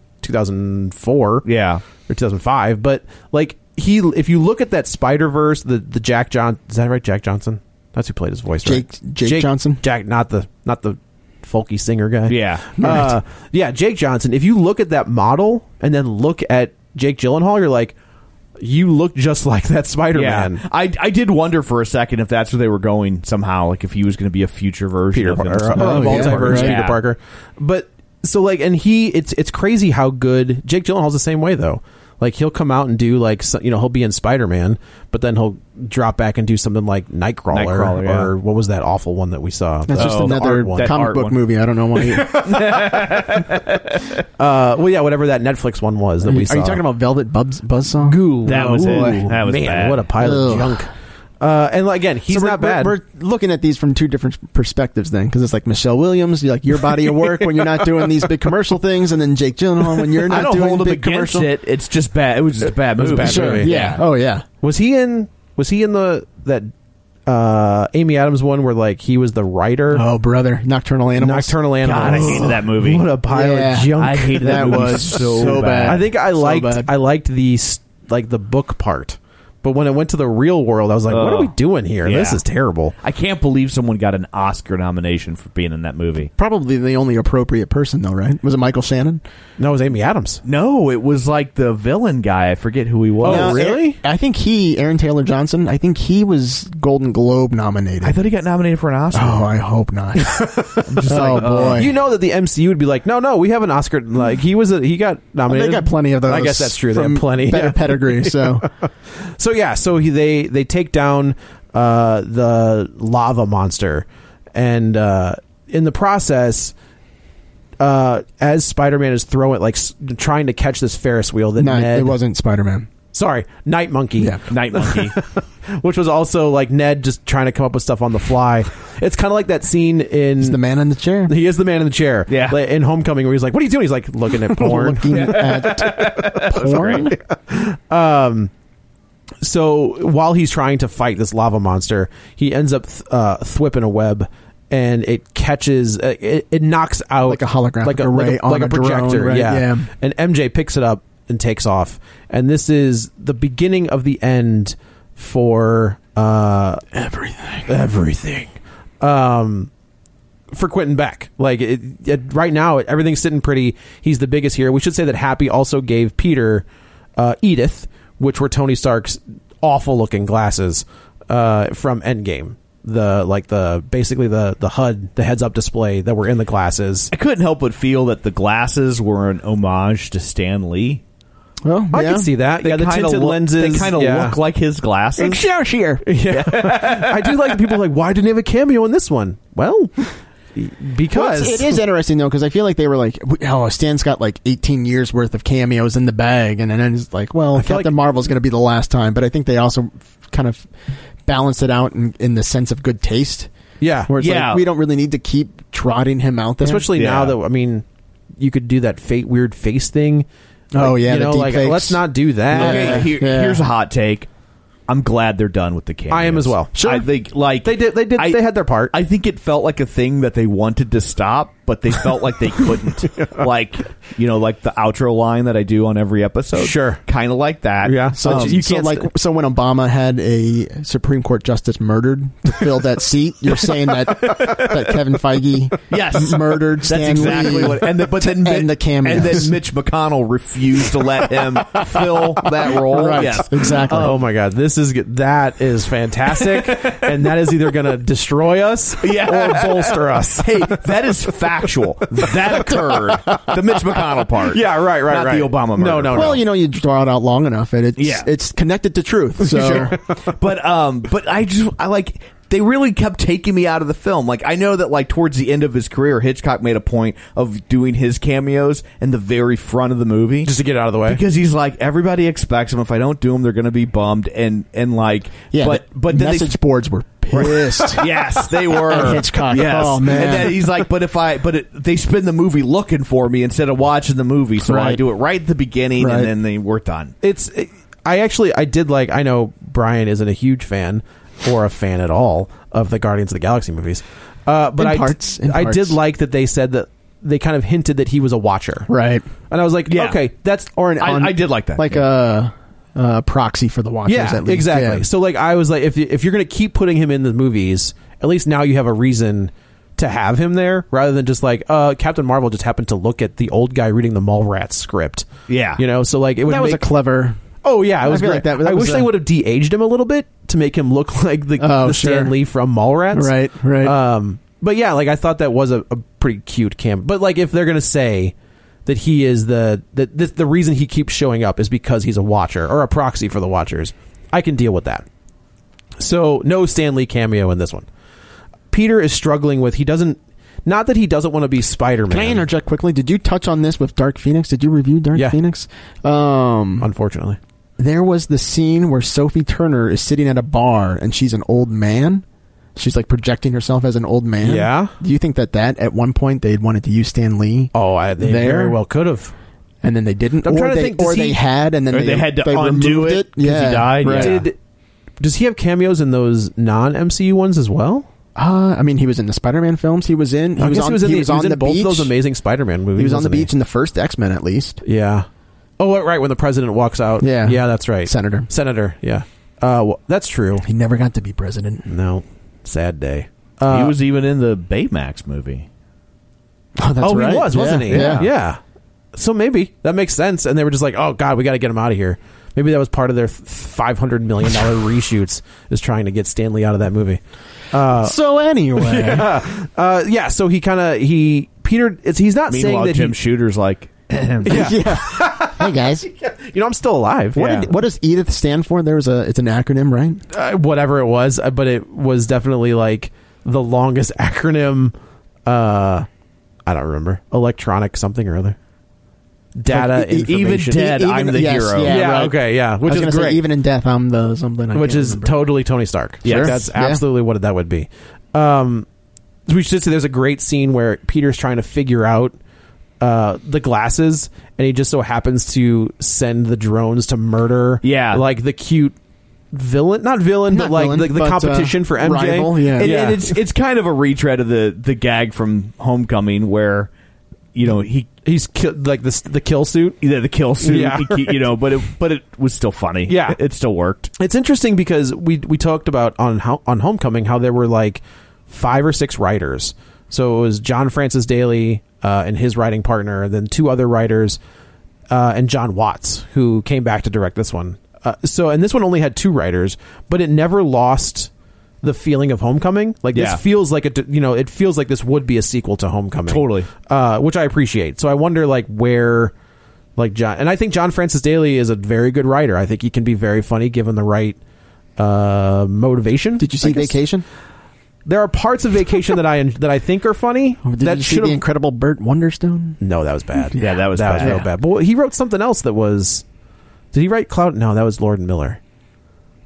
2004 Yeah. or 2005 but like he if you look at that spider verse the the jack john is that right jack johnson that's who played his voice right? Jake- Jake Johnson? jack not the not the folky singer guy Yeah. uh, yeah jake johnson if you look at that model and then look at jake gyllenhaal you're like you look just like that spider-man Yeah, I, I did wonder for a second if that's where they were going somehow, like if he was going to be a future version Peter of him. Parker, or, somehow. or Oh, yeah. multiverse Right. Peter Parker. But so like, and he, it's it's crazy how good Jake Gyllenhaal's the same way though. Like he'll come out and do like so- you know he'll be in Spider Man, but then he'll drop back and do something like Nightcrawler, Nightcrawler, yeah. or what was that awful one that we saw? that's just Oh, the another art one. That comic art book one. movie. I don't know why. you- are Uh, well, yeah, whatever that Netflix one was that we you saw. talking about Velvet Bubs Buzzsaw? Goo? That was it. That was man, bad. what a pile of Ugh. junk. Uh, and like, again, he's So we're- not we're- bad. We're, looking at these from two different perspectives, then, because it's like Michelle Williams, you're like your body of work when you're not doing these big commercial things, and then Jake Gyllenhaal when you're not I don't doing hold him big against commercial. it. It's just bad. It was just a bad movie. was a bad Sure, movie. yeah. Oh yeah. was he in? Was he in the that uh, Amy Adams one where like he was the writer? Oh brother, Nocturnal Animals. Nocturnal Animals. God, I hated that movie. What a pile Yeah. of junk. I hated that, That movie was so, so bad. bad. I think I So liked bad. I liked the s- like the book part, but when it went to the real world, I was like, "What are Ugh. we doing here? Yeah. This is terrible." I can't believe someone got an Oscar nomination for being in that movie. Probably the only appropriate person though, right? Was it Michael Shannon? No, it was Amy Adams. No, it was like the villain guy. I forget who he was. Now, really? I think he, Aaron Taylor Johnson. I think he was Golden Globe nominated. I thought he got nominated for an Oscar. oh, I hope not. oh boy, You know that the MCU would be like, "No, no, we have an Oscar." Like he was a, he got they nominated. got plenty of those. I guess that's true. They from have plenty. better Yeah. pedigree. So So yeah, so he, they they take down uh, the lava monster, and uh, in the process. Uh, as Spider-Man is throwing, like s- trying to catch this Ferris wheel, that Nah, Ned, it wasn't Spider Man. Sorry, Night Monkey. Yeah. Night Monkey. Which was also like Ned just trying to come up with stuff on the fly. It's kind of like that scene in He's the man in the chair. He is the man in the chair. Yeah. Like, in Homecoming, where he's like, "What are you doing?" He's like, "Looking at porn." Looking at porn. so while he's trying to fight this lava monster, he ends up th- uh, thwipping a web, and it catches, uh, it, it knocks out Like a holographic like a, array like a, on like a a drone, projector. right? yeah. Yeah. and MJ picks it up and takes off. And this is the beginning of the end for uh, Everything. everything. Um, for Quentin Beck, like it, it, right now, everything's sitting pretty. He's the biggest here. We should say that Happy also gave Peter uh, Edith, which were Tony Stark's awful looking glasses uh, from Endgame. The like the basically the the HUD, the heads up display that were in the glasses. I couldn't help but feel that the glasses were an homage to Stan Lee. Well, I yeah. can see that. They yeah, the kinda tinted look- lenses. They kind of yeah. look like his glasses. Excelsior. I do like the people like why didn't they have a cameo in this one? Well, Well, because it's- it is interesting though because I feel like they were like, oh, Stan's got like 18 years worth of cameos in the bag, and then it's like, well, feel Captain like- Marvel's going to be the last time. But I think they also kind of balanced it out in, in the sense of good taste, yeah. where it's Yeah. like we don't really need to keep trotting him out there, especially Yeah. now that I mean, you could do that fate weird face thing. Oh, yeah, you the know, deep like fakes. let's not do that. Okay, Yeah. Uh, here- Yeah. here's a hot take. I'm glad they're done with the cameos. I am as well. Sure. I think like They did, they did, I- they had their part. I think it felt like a thing that they wanted to stop, but they felt like they couldn't. Like you know, like the outro line that I do on every episode. Sure. kind of like that. Yeah. So Um, you can't like so when Obama had a Supreme Court justice murdered to fill that seat, you're saying that that Kevin Feige Yes. murdered That's Stan exactly Lee what. And then, but to then Mi- end the cameos. and then Mitch McConnell refused to let him fill that role. Right, Yes. exactly. oh my god, this is g- that is fantastic, and that is either going to destroy us Yeah. or bolster us. Hey, that is factual. That occurred. The Mitch McConnell part. Yeah, right, right, Not right. The Obama murder. No, Oh, no, well, you know, you draw it out long enough, and it's Yeah. it's connected to truth. So but um, but I just I like they really kept taking me out of the film. Like I know that like towards the end of his career, Hitchcock made a point of doing his cameos in the very front of the movie, Just to get it out of the way. because he's like everybody expects him. If I don't do them, they're going to be bummed. And and like yeah, but the but then they- message boards were pissed. Yes, they were And Hitchcock. Yes. Oh, man. And then he's like, "But if I, but it, they spend the movie looking for me instead of watching the movie, so I Right. do it right at the beginning, Right. and then they were done." it's i actually i did like i know brian isn't a huge fan or a fan at all of the guardians of the galaxy movies uh, but In I, parts, in I parts. did like that they said that they kind of hinted that he was a watcher right. and i was like Yeah. okay that's Or an I- on, I did like that. like a, a proxy for the watchers. yeah at least. exactly Yeah. so like i was like if, if you're gonna keep putting him in the movies at least now you have a reason to have him there rather than just like uh, captain marvel just happened to look at the old guy reading the Mallrats script Yeah. you know so like it would that was a make- clever. Oh yeah, it I was feel great. like that- that I was wish a- they would have de-aged him a little bit to make him look like the, Oh, the Stan sure. Lee from Mallrats. Right, right. Um, but yeah, like I thought that was a, a pretty cute cam. But like, if they're gonna say that he is the that this, the reason he keeps showing up is because he's a watcher or a proxy for the Watchers, I can deal with that. So no Stan Lee cameo in this one. Peter is struggling with he doesn't. Not that he doesn't want to be Spider Can I Man, interject quickly? Did you touch on this with Dark Phoenix? Did you review Dark Yeah. Phoenix? Um, unfortunately. there was the scene where Sophie Turner is sitting at a bar and she's an old man. She's like projecting herself as an old man. Yeah. Do you think that that at one point they had wanted to use Stan Lee Oh, I, they There? very well could have. and then they didn't, I'm or trying to they think, does or he- they had and then Or they, they had to they undo removed it 'cause he Yeah. died? Right. Yeah. Eh, Did does he have cameos in those non MCU ones as well? Uh, I mean, he was in the Spider-Man films. He was in. He I was guess on. He was, in, the, he on was in the both beach. those amazing Spider-Man movies. he was on the wasn't he? beach in the first X-Men, at least. Yeah. Oh, right, right when the president walks out. Yeah. yeah, that's right. Senator. Senator. Yeah. Uh, well, that's true. He never got to be president. No, sad day. he Uh, was even in the Baymax movie. Oh, that's oh, right. he was, wasn't Yeah, he? Yeah. yeah. So maybe that makes sense. And they were just like, "Oh God, we got to get him out of here." Maybe that was part of their five hundred million dollar reshoots, is trying to get Stanley out of that movie. So anyway, Uh, yeah. So he kind of he Peter. It's he's not saying Meanwhile, that Jim he, Shooter's like, Yeah. Hey guys, you know I'm still alive. What, Yeah. did- what does Edith stand for? There was a it's an acronym, right? uh, whatever it was, uh, but it was definitely like the longest acronym. Uh, I don't remember electronic something or other. Data, Like, e- e- information. yes, Yeah, Yeah, right. okay, yeah, which I was gonna is say, great. even in death, I'm the something. I which can't is remember. totally Tony Stark. Yes. Like, that's Yeah. absolutely what that would be. Um, we should say there's a great scene where Peter's trying to figure out uh, the glasses, and he just so happens to send the drones to murder. Yeah. like the cute villain, not villain, Not but like villain, the, the but, uh, competition for MJ. rival, yeah. and, yeah. and it's it's kind of a retread of the the gag from Homecoming where you know he he's ki- like the s- the kill suit. either the kill suit Yeah, he ke- you know but it but it was still funny Yeah. it still worked It's interesting because we we talked about on how, on Homecoming how there were like five or six writers. So it was John Francis Daly uh, and his writing partner, then two other writers, uh, and John Watts who came back to direct this one. Uh, so and this one only had two writers, but it never lost the feeling of Homecoming. Like Yeah. this feels like a d- you know it feels like this would be a sequel to Homecoming. Totally. uh, which I appreciate. So I wonder like where like John and I think John Francis Daly is a very good writer. I think he can be very funny given the right uh motivation. Did you I see guess. Vacation? There are parts of Vacation that I that I think are funny. Or did that you see should've- the incredible Burt Wonderstone? No, that was bad. Yeah, that was that bad. was real Yeah. bad. But he wrote something else that was Did he write Cloud? No, that was Lord and Miller.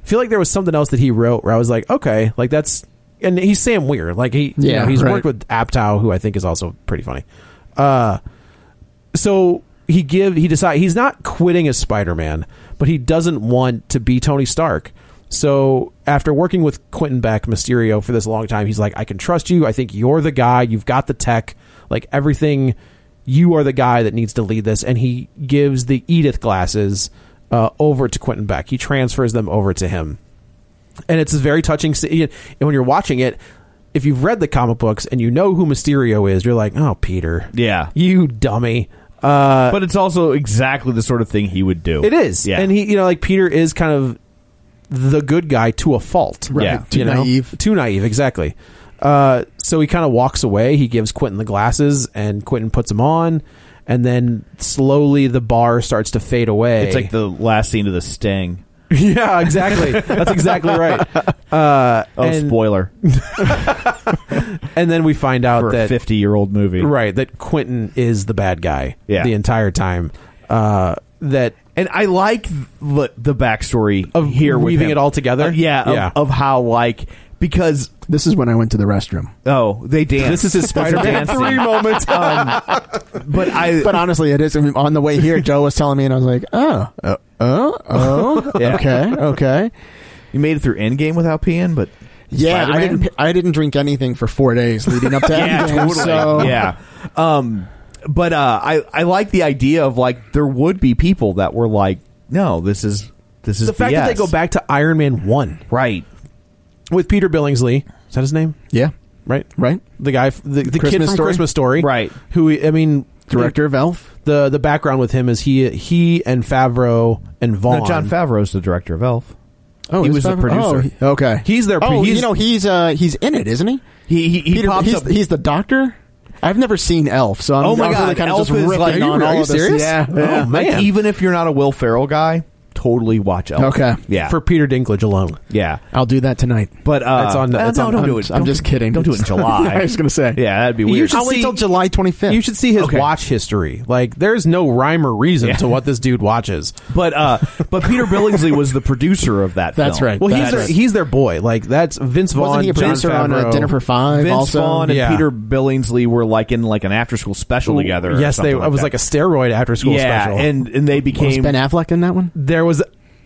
I feel like there was something else that he wrote where I was like, okay, like that's and he's Sam Weir. Like he you Yeah, know, he's right. worked with Aptow, who I think is also pretty funny. Uh so he give he decide he's not quitting as Spider-Man, but he doesn't want to be Tony Stark. So after working with Quentin Beck Mysterio for this long time, he's like, I can trust you. I think you're the guy. You've got the tech, like everything. You are the guy that needs to lead this. And he gives the Edith glasses uh, over to Quentin Beck. He transfers them over to him and it's a very touching scene. And when you're watching it, if you've read the comic books and you know who Mysterio is, you're like, oh, Peter, Yeah. you dummy. Uh, but it's also exactly the sort of thing he would do it is, yeah and he, you know, like Peter is kind of the good guy to a fault, Right. Yeah. Too you know? naive. too naive, exactly. Uh, so he kind of walks away. He gives Quentin the glasses, and Quentin puts them on, and then slowly the bar starts to fade away. it's like the last scene of the Sting yeah, exactly. That's exactly right. Uh, oh and, spoiler and then we find out for a that fifty year old movie right that quentin is the bad guy Yeah. the entire time uh that and I like the, the backstory Of here with weaving him. it all together? Uh, yeah, of- Yeah. Of, how like because This is when I went to the restroom. oh they dance. This is his Those are Spider-Man dancing. three moments. Um, but I But honestly, it is. I mean, on the way here, Joe was telling me, and I was like, oh, oh, oh, oh Yeah. okay, okay. you made it through Endgame without peeing, but Yeah, I Spider-Man? didn't. I didn't drink anything for four days leading up to Endgame, So yeah. Um, but uh, I I like the idea of like there would be people that were like, no, this is this is the fact that they BS. go back to iron man 1 right. with peter billingsley is that his name yeah, right right. the guy f- the, the kid Christmas from Story? christmas story Right. who i mean Director of Elf. the the background with him is he he and favreau and vaughn No, John Favreau's the director of Elf. Oh, He is was the Favreau- producer. oh, he- okay, He's their pro- Oh, he's- you know, he's uh, he's in it, isn't he? He he, he Peter, pops he's, up. he's the doctor. I've never seen Elf, so I'm, oh my I'm really god, kind Elf of just is ripping like on all of this. Yeah, yeah. Oh man, like, even if you're not a Will Ferrell guy, totally watch Elf. Okay. yeah, for peter dinklage alone yeah. I'll do that tonight. But uh, It's on- uh, it's no, on- don't I'm, do it. I'm Don't just do- kidding. Don't do it in July. I was gonna say. Yeah, that'd be You weird. should I'll wait see- till July 25th. you should see his Okay. watch history like there's no rhyme or reason Yeah. to what this dude watches But uh, but Peter Billingsley was the producer of that. That's film. right. well he's That's their, right. he's their boy like that's vince vaughn Wasn't he a John producer on uh, Favreau. Dinner for Five? Vince also, Vaughn and Yeah. Peter Billingsley were like in like an after school special together. or Yes, they. something it was that. like a steroid after school yeah, special. and and they was became Oh, Ben Affleck in that one? there was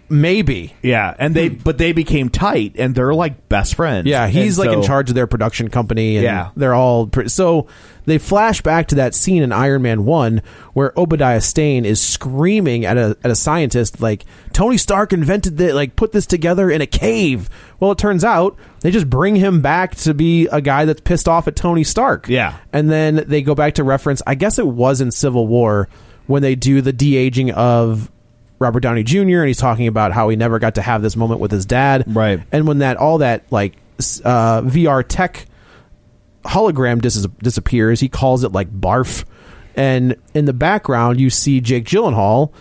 maybe. yeah, and they but they became tight and they're like best friends. Hmm. Yeah, he's And like in so- charge of their production company, and Yeah. they're all pre- so. They flash back to that scene in Iron Man One where Obadiah Stane is screaming at a at a scientist like Tony Stark invented the like put this together in a cave. Well, it turns out they just bring him back to be a guy that's pissed off at Tony Stark. Yeah. and then they go back to reference. I guess it was in Civil War when they do the de aging of Robert Downey Jr. and he's talking about how he never got to have this moment with his dad. Right. And when that all that like s- uh, VR tech hologram dis- disappears, he calls it like barf. And in the background, you see Jake Gyllenhaal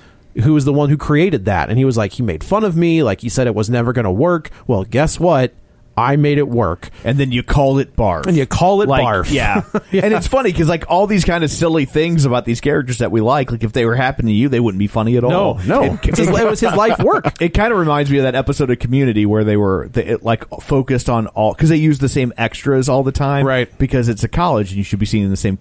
who was the one who created that. And he was like, he made fun of me. Like he said it was never going to work. Well, guess what? I made it work. And then you call it barf. And you call it Like, barf. Yeah. And it's funny because like all these kind of silly things about these characters that we like, like if they were happening to you, they wouldn't be funny at all. No, no. It's his- it was his life work. It kind of reminds me of that episode of Community where they were they, it like focused on all because they use the same extras all the time, Right. Because it's a college and you should be seeing the same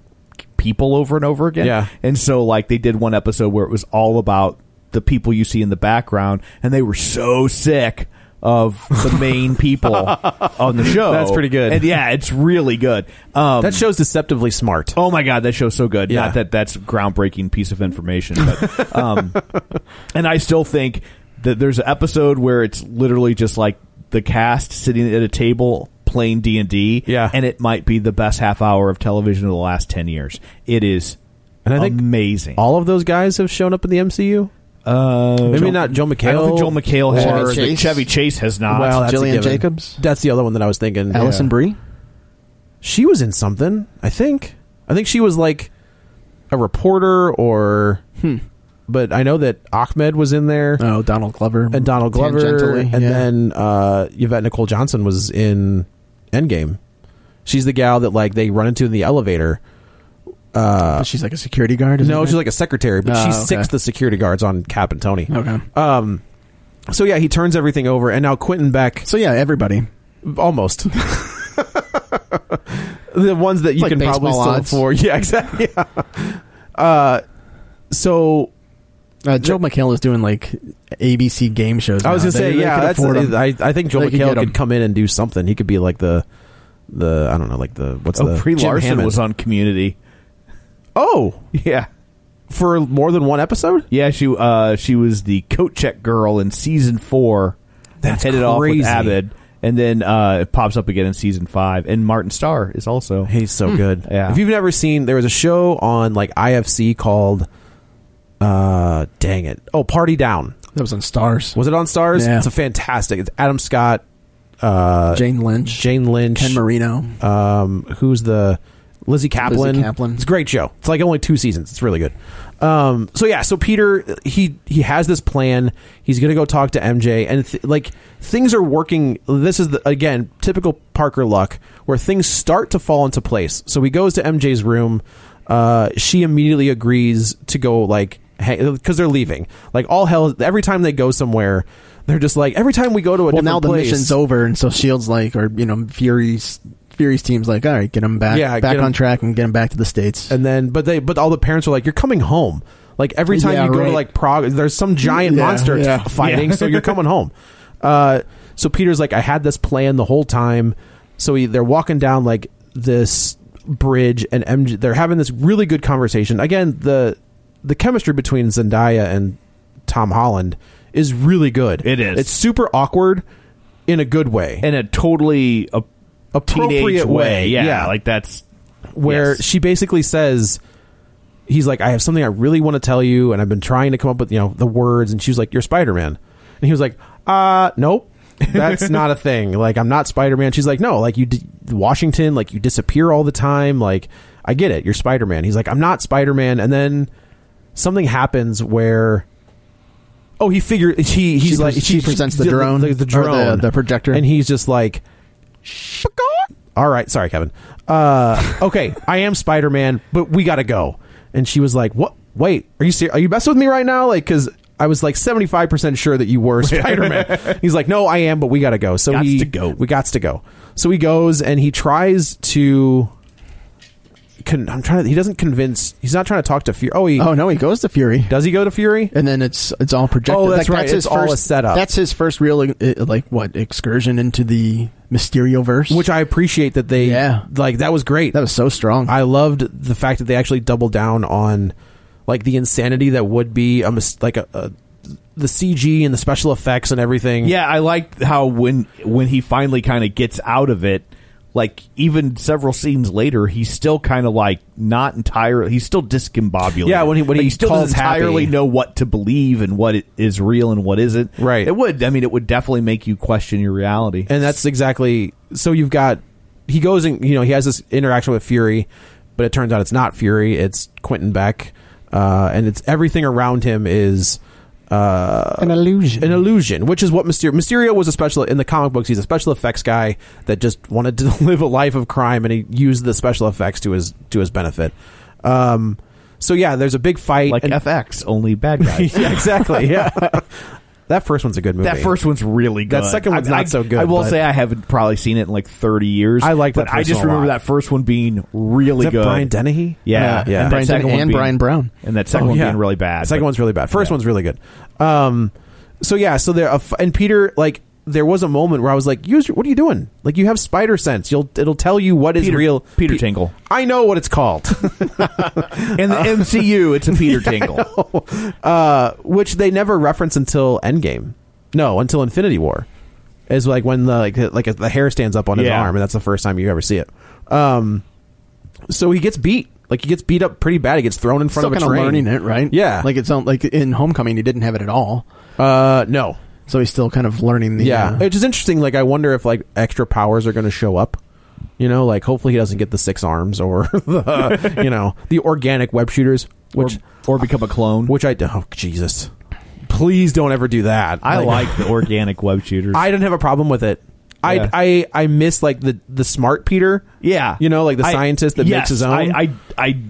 people over and over again. Yeah. And so like they did one episode where it was all about the people you see in the background, and they were so sick. Of the main people on the show, That's pretty good. And yeah, it's really good. Um, That show's deceptively smart. Oh my god, that show's so good. Yeah. Not that that's a groundbreaking piece of information, but um, and I still think that there's an episode where it's literally just like the cast sitting at a table playing D and D. Yeah. and it might be the best half hour of television of the last ten years. It is. And I think amazing. All of those guys have shown up in the MCU. uh, Maybe not Joe McHale. I don't think Joel McHale has. Chevy or the Chase. Chevy Chase has not. Well, that's a Jillian given. Jacobs? That's the other one that I was thinking. Allison Brie. she was in something. I think. I think she was like a reporter or. But I know that Ahmed was in there Hmm. Oh, Donald Glover and Donald Glover, Tangentially, and yeah. then uh, Yvette Nicole Johnson was in Endgame. She's the gal that like they run into in the elevator. But she's like a security guard. isn't Uh, No, it? she's like a secretary, but Mm-hmm. Oh, she okay. sicks the security guards on Cap and Tony. okay. Um, so yeah, he turns everything over, and now Quentin Beck So yeah, everybody. almost. the ones that you Like can probably baseball still odds. afford. Yeah, exactly. Yeah. Uh, so Uh, Joe McHale is doing like ABC game shows. I was now. gonna They- say, they yeah, can that's. afford 'em. I, I think Joel They could McHale get 'em. could come in and do something. He could be like the, the I don't know, like the what's oh, the Pre Jim Larson Hammond. was on Community. Oh, Yeah, for more than one episode. yeah. She uh, she was the coat check girl in season four. That's headed off with crazy. Abbott, and then uh, it pops up again in season five. And Martin Starr is also He's Hmm. so good. Yeah. If you've never seen, there was a show on like IFC called, uh, dang it, oh, Party Down. that was on Stars. Was it on Stars? Yeah. It's a fantastic. It's Adam Scott, uh, Jane Lynch, Jane Lynch, Ken Marino. um, who's the Lizzie Kaplan. Kaplan. It's a great show. It's like only two seasons. It's really good. Um, so yeah, so Peter he he has this plan. He's gonna go talk to MJ, and th- like things are working. This is the, again typical Parker luck, where things start to fall into place. So he goes to MJ's room. Uh, she immediately agrees to go like because they're leaving. Like all hell, every time they go somewhere, they're just like every time we go to a well, different now the place, mission's over, and so Shields like, or you know, Fury's Fury's team's like, all right, get him back, Yeah, back get 'em- on track, and get him back to the states. and then but they but all the parents are like you're coming home like every time Yeah, you go to right. like prague there's some giant Yeah, monster yeah. f- fighting so you're coming home uh so peter's like i had this plan the whole time so he, they're walking down like this bridge and mj they're having this really good conversation again the the chemistry between zendaya and tom holland is really good It is. it's super awkward in a good way in a totally a appropriate teenage way. Yeah, yeah like that's where Yes. she basically says he's like i have something i really want to tell you and i've been trying to come up with you know the words and she was like you're spider-man and he was like uh nope that's not a thing like i'm not spider-man she's like no like you di- washington like you disappear all the time like i get it you're spider-man he's like i'm not spider-man and then something happens where oh he figure he he's pre- like she presents the drone, the, the or the- drone the projector. and he's just like all right, sorry, Kevin. Uh, okay, I am Spider Man, but we gotta go. And she was like, "What? Wait, are you ser- are you messing with me right now? Like, because I was like seventy five percent sure that you were Spider Man." He's like, "No, I am, but we gotta go." So Gots he to go. we gots to go. So he goes and he tries to. Con- I'm trying to. He doesn't convince. He's not trying to talk to Fury. Oh, he oh no, he goes to Fury, does. He go to Fury. and then it's it's all projected. Oh, that's Like, right. It's all first, a setup. That's his first real uh, like what excursion into the Mysterio verse, Which I appreciate that they, Yeah. like that was great. that was so strong. I loved the fact that they actually doubled down on like the insanity that would be a mis- like a, a the CG and the special effects and everything. yeah. I liked how when when he finally kind of gets out of it. Like even several scenes later, he's still kind of like not entirely. He's still discombobulated. Yeah, when he- when Like, he still calls doesn't entirely Happy. know what to believe and what it is real and what isn't. Right. It would. I mean, it would definitely make you question your reality. and that's exactly so. You've got he goes and you know he has this interaction with Fury, but it turns out it's not Fury. It's Quentin Beck, uh, and it's everything around him is uh, an illusion. an illusion, which is what Mysterio. Mysterio was a special in the comic books. He's a special effects guy that just wanted to live a life of crime, and he used the special effects to his to his benefit. Um, so yeah, there's a big fight, like and- FX, only bad guys. yeah, exactly. Yeah, that first one's a good movie. That first one's really good. That second one's I- not I- so good, I will but- say I haven't probably seen it in like thirty years. I like but that I first just one a remember lot. that first one being really is that good. Brian Dennehy. yeah, yeah. that Brian second Dennehy one and being- Brian Brown. and that second Oh, one yeah. being really bad. Second but- one's really bad. First Yeah. one's really good. Um, so yeah, so there uh, and Peter like there was a moment where I was like, "Use your- what are you doing? Like you have spider sense. You'll it'll tell you what is Peter- real. Peter Tingle. I know what it's called. in the MCU. It's a Peter Tingle. uh, which they never reference until Endgame. No, until Infinity War is like when the like the- like the hair stands up on his Yeah. arm, and that's the first time you ever see it. Um, so he gets beat. Like he gets beat up pretty bad. He gets thrown in front Still of kind a of train. learning it, right? Yeah. Like it's not- like in Homecoming, he didn't have it at all, Uh, no, so he's still kind of learning the. yeah, uh, which is interesting. Like, I wonder if like extra powers are going to show up. You know, like hopefully he doesn't get the six arms or the you know the organic web shooters, which or, or become a clone. which I oh Jesus, please don't ever do that. I like the organic web shooters. I didn't have a problem with it. Yeah. I I I miss like the the smart Peter. Yeah, you know, like the I- scientist that yes, makes his own. I, I, I,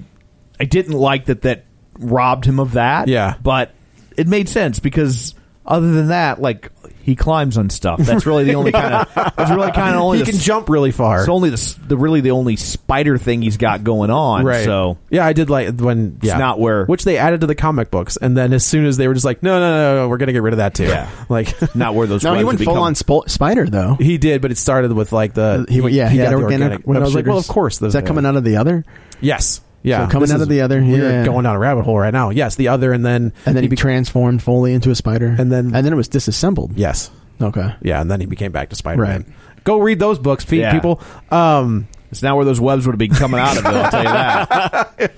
I didn't like that. That robbed him of that. Yeah. but it made sense because other than that, like he climbs on stuff. That's really the only kind of. That's really kind of only he the can s- jump really far. It's only the, s- the really the only spider thing he's got going on. right. So yeah, I did like when yeah. not where- which they added to the comic books, and then as soon as they were just like, no, no, no, no we're gonna get rid of that too. Yeah. like not where those. no, he webs went have full become- on spo- spider though. He did, but it started with like the Uh, He went- yeah, he, had got the organic. And I was like, web well, of shooters. course. is that coming out of the other? Yes, yeah, So coming This out of is- the other, We're yeah. going down a rabbit hole right now. Yes, the other, and then And then he, transformed fully into a spider, And then- and then it was disassembled. yes, Okay. yeah, and then he became back to Spider Man. Right. Go read those books, pe- Yeah. people. Um, It's not where those webs would have been coming out of. Though, I'll tell you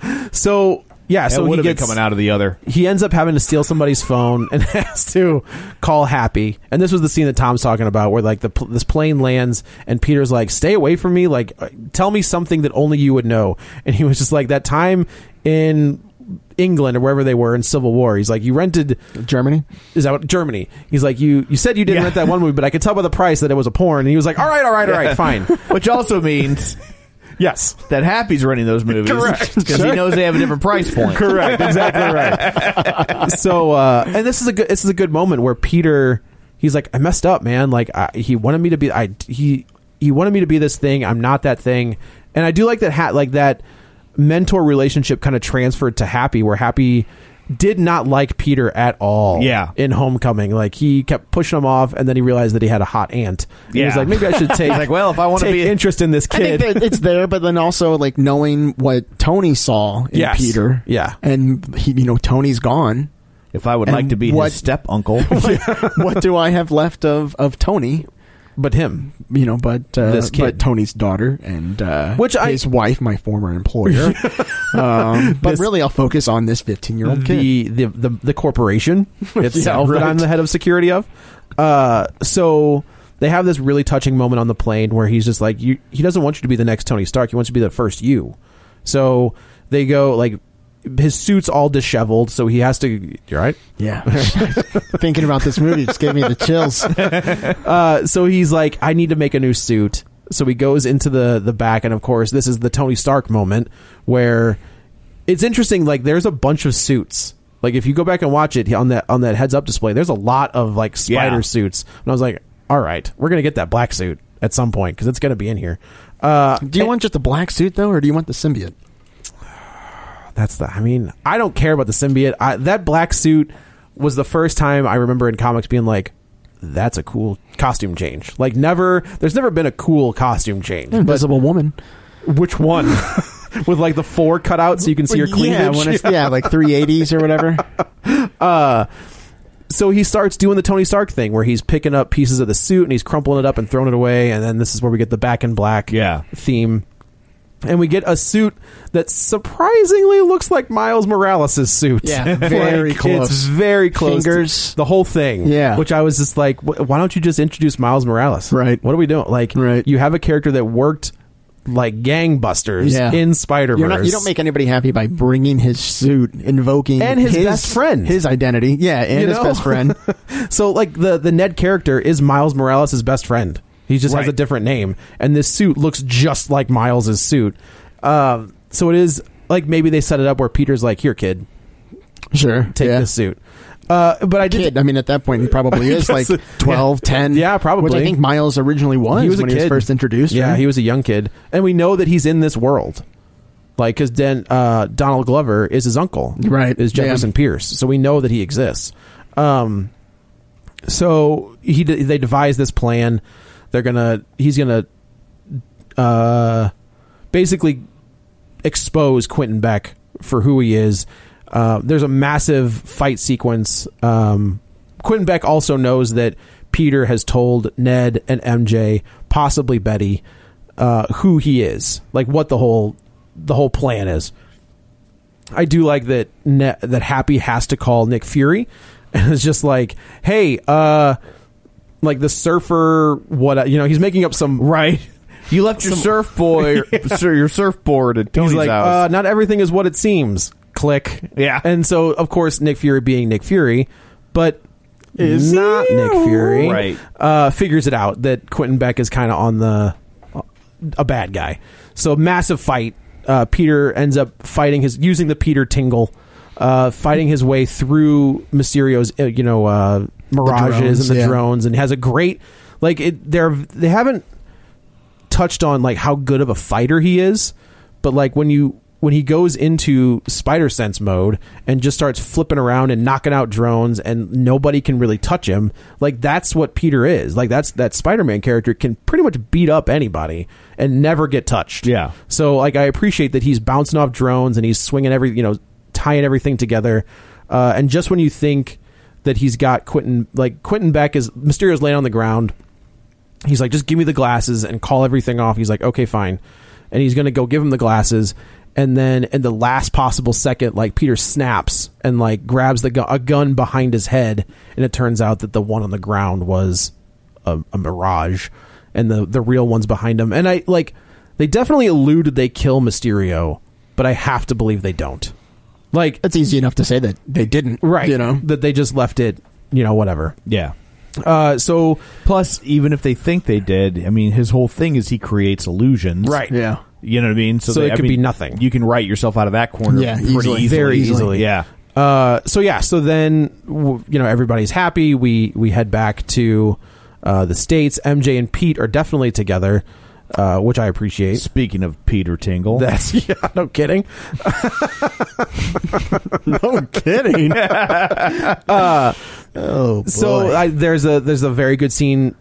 that. so yeah, It so would he have been gets coming out of the other. he ends up having to steal somebody's phone and has to call Happy. And this was the scene that Tom's talking about, where like the pl- this plane lands and Peter's like, "Stay away from me! Like, uh, tell me something that only you would know." And he was just like, "That time in." England or wherever they were in Civil War, he's like, you rented Germany. is that what, Germany? He's like, you you said you didn't Yeah. rent that one movie, but I could tell by the price that it was a porn. And he was like, all right, all right, all right, fine. Which also means yes, that Happy's running those movies. Correct. Because he knows they have a different price point. correct, exactly right. so, uh, and this is a good this is a good moment where Peter, he's like, I messed up, man. Like I, he wanted me to be, I he he wanted me to be this thing. I'm not that thing. And I do like that hat, like that mentor relationship kind of transferred to Happy, where Happy did not like Peter at all. Yeah. in Homecoming, like he kept pushing him off, and then he realized that he had a hot aunt. And He was Yeah. like, maybe I should take. He's like, well, if I wanna take be a- interest in this I kid, think that it's there, but then also like knowing what Tony saw in Yes. Peter. Yeah. and he, you know, Tony's gone. If I would like And to be what- his step uncle, what do I have left of of Tony? but him. You know, but uh, This kid. but Tony's daughter and uh, Which I- his wife, my former employer. um, but This- really, I'll focus on this fifteen year old kid. the, the the the corporation itself Yeah, that I'm right. the head of security of. Uh, so they have this really touching moment on the plane where he's just like, you, he doesn't want you to be the next Tony Stark. He wants you to be the first you. So they go like, his suit's all disheveled, so he has to. You all right? Yeah, thinking about this movie just gave me the chills. Uh, so he's like, I need to make a new suit. So he goes into the the back, and of course, this is the Tony Stark moment where it's interesting. Like, there's a bunch of suits. Like, if you go back and watch it on that on that heads up display, there's a lot of like spider Yeah. suits. And I was like, all right, we're gonna get that black suit at some point because it's gonna be in here. Uh, Do you want just a black suit though, or do you want the symbiote? that's the. I mean, I don't care about the symbiote. I, that black suit was the first time I remember in comics being like. That's a cool costume change. Like never, there's never been a cool costume change. Invisible Woman. Which one? With like the four cut out so you can see her cleavage. Yeah, when it's, yeah, like three eighties or whatever. so he starts doing the Tony Stark thing where he's picking up pieces of the suit and he's crumpling it up and throwing it away, and then this is where we get the back in black Yeah. theme. And we get a suit that surprisingly looks like Miles Morales' suit. Yeah, very Like, close. It's very close. to- Fingers. the whole thing. Yeah. Which I was just like, "Wh- why don't you just introduce Miles Morales? Right. What are we doing? Like, Right. you have a character that worked like gangbusters in Spider You're not- Verse. You don't make anybody happy by bringing his suit, invoking and his, best friend, his identity. Yeah, and You his know? best friend. so like the the Ned character is Miles Morales' best friend. He just has a different name, and this suit looks just like Miles's suit. Um, so it is like maybe they set it up where Peter's like, "Here, kid, Sure, take yeah. this suit." Uh, but I did. Kid, I mean, at that point, he probably I is like guess it- 12, 10. Yeah, probably. Which I think Miles originally was, he was a when kid he was first introduced. Yeah, right? he was a young kid, and we know that he's in this world, like because then uh, Donald Glover is his uncle, Right, Is Jefferson yeah. Pierce, so we know that he exists. Um, so he de- they devise this plan. They're gonna he's gonna uh, basically expose Quentin Beck for who he is. Uh, there's a massive fight sequence. Um, Quentin Beck also knows that Peter has told Ned and MJ, possibly Betty, uh, who he is, like what the whole the whole plan is. I do like that ne- that Happy has to call Nick Fury, and it's just like, hey, uh, like the surfer, what you know, he's making up some right. You left your surfboard, sir, your surfboard at Tony's He's like, house. uh, not everything is what it seems. Click. Yeah. And so, of course, Nick Fury being Nick Fury, but is not Nick Fury, Right. Uh, figures it out that Quentin Beck is kind of on the a bad guy. So massive fight. Uh, Peter ends up fighting his using the Peter Tingle, uh, fighting his way through Mysterio's uh, you know uh, mirages drones, and the yeah. drones, and has a great like it. They're they haven't touched on like how good of a fighter he is, but like when you when he goes into spider sense mode and just starts flipping around and knocking out drones and nobody can really touch him, like that's what Peter is. Like that's that Spider-Man character can pretty much beat up anybody and never get touched. Yeah. So like I appreciate that he's bouncing off drones and he's swinging every, you know, tying everything together. Uh, and just when you think that he's got Quentin like Quentin Beck is Mysterio's laying on the ground he's like, just give me the glasses and call everything off. He's like, okay, fine. And he's going to go give him the glasses. And then in the last possible second, like Peter snaps and like grabs the gu- a gun behind his head. And it turns out that the one on the ground was a, a mirage and the, the real one's behind him. And I like, they definitely allude that they kill Mysterio, but I have to believe they don't. Like, That's easy enough to say that they didn't. right. You know? that they just left it, you know, whatever. yeah. Uh, so Plus, even if they think they did, I mean, his whole thing is he creates illusions. Right. Yeah. You know what I mean? So they- it I could mean, be nothing. You can write yourself out of that corner Yeah, pretty easily. easily. Very easily. Yeah. Uh, so yeah, so then w- you know everybody's happy. We we head back to uh, the states. MJ and Pete are definitely together, uh, which I appreciate. Speaking of Peter Tingle, That's yeah, no kidding. No kidding. oh, boy. Uh, So I, there's a there's a very good scene,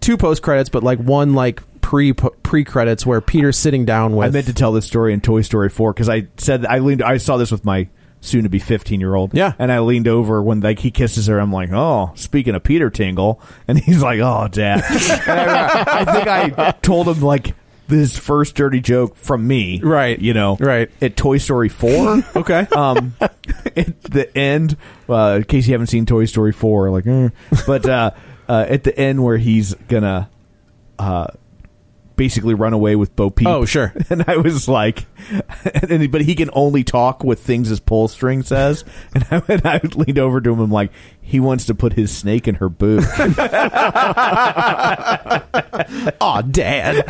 two post credits, but like one like pre pre credits where Peter's sitting down with. I meant to tell this story in Toy Story 4 because I said I leaned. I saw this with my soon to be 15 year old. Yeah. and I leaned over when like he kisses her. I'm like, oh, speaking of Peter Tingle, and he's like, oh, Dad. And I, I think I told him like this first dirty joke from me. Right. You know. Right. At Toy Story 4. okay. um, at the end, uh, in case you haven't seen Toy Story four, like, eh. but uh, uh, at the end where he's gonna uh, basically run away with Bo Peep. Oh, sure. And I was like, and, but he can only talk with things his pull string says. And I, and I leaned over to him. I'm like, he wants to put his snake in her boot. Aw, Dad.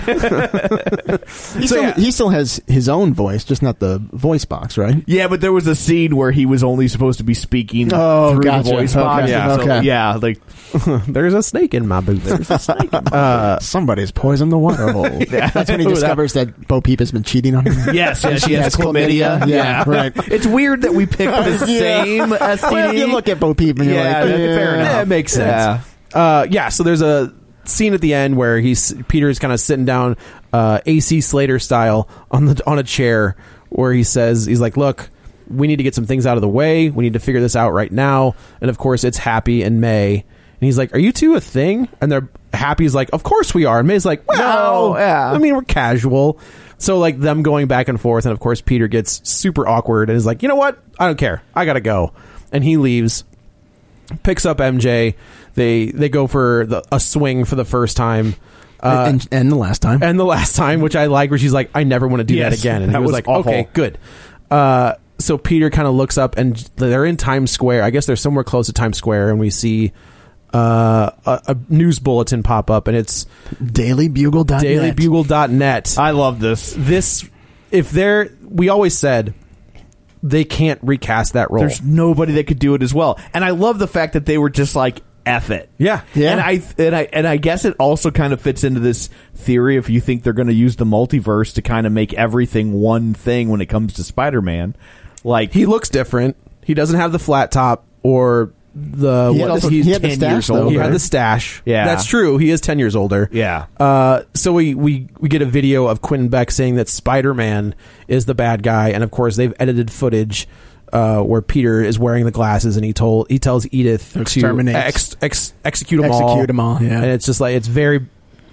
he, still, yeah. he still has his own voice, just not the voice box, right? Yeah, but there was a scene where he was only supposed to be speaking Oh, through gotcha. the voice box. Okay, and so, okay. yeah, like there's a snake in my boot. There's a snake. Uh, Somebody's poisoned the water hole. That's when he discovers that Bo Peep has been cheating on him. Yes, yes, she she has has chlamydia. chlamydia. Yeah, right. It's weird that we picked the same STD. Well, you look at Bo Peep and you're Yeah, like, that's yeah, fair enough. That makes sense. Yeah. Uh, yeah. So there's a scene at the end where he's Peter's kind of sitting down, uh, AC Slater style on the on a chair, where he says he's like, "Look, we need to get some things out of the way. We need to figure this out right now." And of course, it's Happy and May, and he's like, "Are you two a thing?" And they're Happy's like, "Of course we are." And May's like, "Well, No, yeah. I mean, we're casual." So like them going back and forth, and of course Peter gets super awkward and is like, "You know what? I don't care. I gotta go," and he leaves picks up MJ. They they go for the, a swing for the first time. Uh, and, and the last time. and the last time, which I like, where she's like, "I never want to do that Yes, again," and that he was, was like, awful. "Okay, good." Uh, so Peter kind of looks up, and they're in Times Square. I guess they're somewhere close to Times Square, and we see uh, a, a news bulletin pop up, and it's DailyBugle.net. DailyBugle.net. I love this. this, if they're, we always said they can't recast that role. There's nobody that could do it as well. And I love the fact that they were just like F it. Yeah. Yeah. And I and I and I guess it also kind of fits into this theory if you think they're going to use the multiverse to kind of make everything one thing when it comes to Spider-Man. Like he looks different. He doesn't have the flat top or the He what- had also- he's he had the 10 stash, years though, old. he right? had the stash. Yeah. that's true. He is ten years older. Yeah. Uh, so we, we we get a video of Quentin Beck saying that Spider Man is the bad guy, and of course they've edited footage uh, where Peter is wearing the glasses, and he told he tells Edith Exterminate. to ex, ex, execute them all, Execute 'em all, yeah. and it's just like it's very,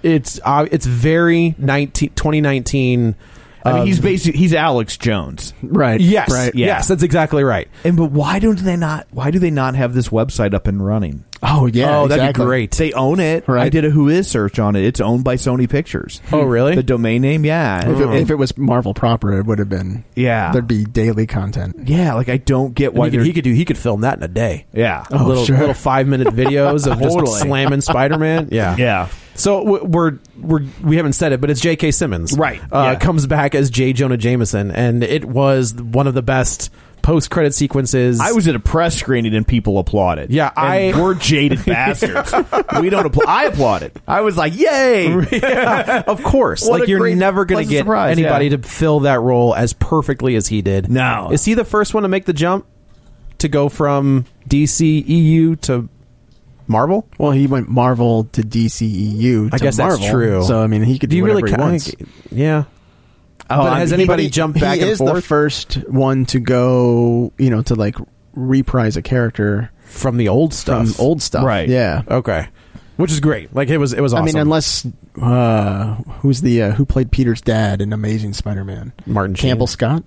it's uh, it's very 19, 2019. I mean, um, he's basically he's Alex Jones. Right. yes, Right. yeah. yes, that's exactly right. And but why don't they not? Why do they not have this website up and running? Oh yeah. Oh, that'd be exactly. great. They own it. Right. I did a Who Is search on it. It's owned by Sony Pictures. Oh, really? Oh. The domain name, yeah. If Hmm. it, if it was Marvel proper, it would have been. Yeah. There'd be daily content. yeah, like I don't get And why he, could, they're- he could do he could film that in a day. yeah. Oh, little sure. little five minute videos of just Totally. slamming Spider Man. Yeah, Yeah. So w- we're we're we haven't said it, but it's J.K. Simmons, Right, Uh, yeah. Comes back as J. Jonah Jameson, and it was one of the best post credit sequences. I was at a press screening and people applauded. Yeah, And I- we're jaded bastards. We don't applaud. I applauded. I was like, "Yay!" Yeah, of course, What like a you're great never going to pleasant get surprise, anybody yeah. to fill that role as perfectly as he did. No. is he the first one to make the jump to go from DCEU to Marvel? Well, he went Marvel to DCEU. I to guess Marvel, that's true. So I mean, he could do, you whatever really he ca- wants. Yeah. Oh, But has I'm- But anybody he- jumped he back and is the forth? first one to go, you know, to like reprise a character from the old stuff. from old stuff. Right. Yeah. Okay. Which is great. Like it was it was awesome. I mean, unless uh, who's the uh, who played Peter's dad in Amazing Spider-Man? Martin Sheen. Campbell Scott.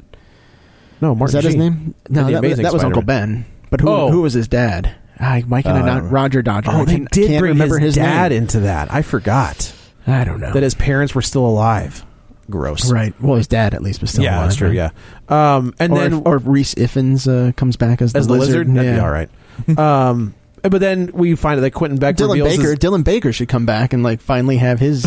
No, Martin Is that his Sheen. name? In No, that, The was- Amazing that was Uncle Ben. But who Oh. who was his dad? Uh, I, why can I not? Roger Dodger. Oh, I they can, did can't bring remember his, his, dad into that. I forgot In. I don't know. that his parents were still alive. Gross. right. Well, his dad at least was still yeah, alive. that's true. right? Yeah. Um, and or then if, or if Reese Iffins uh, comes back as the as the lizard, lizard, that'd yeah. be all right. um, but then we find that Quentin Beck Dylan reveals Baker, his- Dylan Baker should come back and like finally have his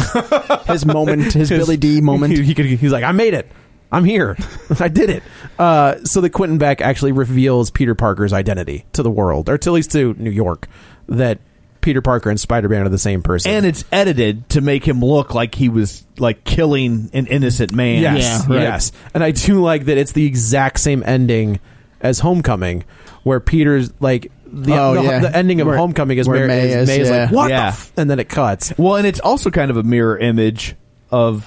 his moment, his, Billy D moment. He, he could, he's like, I made it. I'm here. I did it. Uh, so the Quentin Beck actually reveals Peter Parker's identity to the world, or to at least to New York, that Peter Parker and Spider Man are the same person. and it's edited to make him look like he was like killing an innocent man. Yes, Yeah, right. yes. And I do like that it's the exact same ending as Homecoming, where Peter's like the Oh, the, yeah. the ending of Where- Homecoming is where Mary, May is, is, May's yeah. like what, Yeah. the f-? and then it cuts. Well, and it's also kind of a mirror image of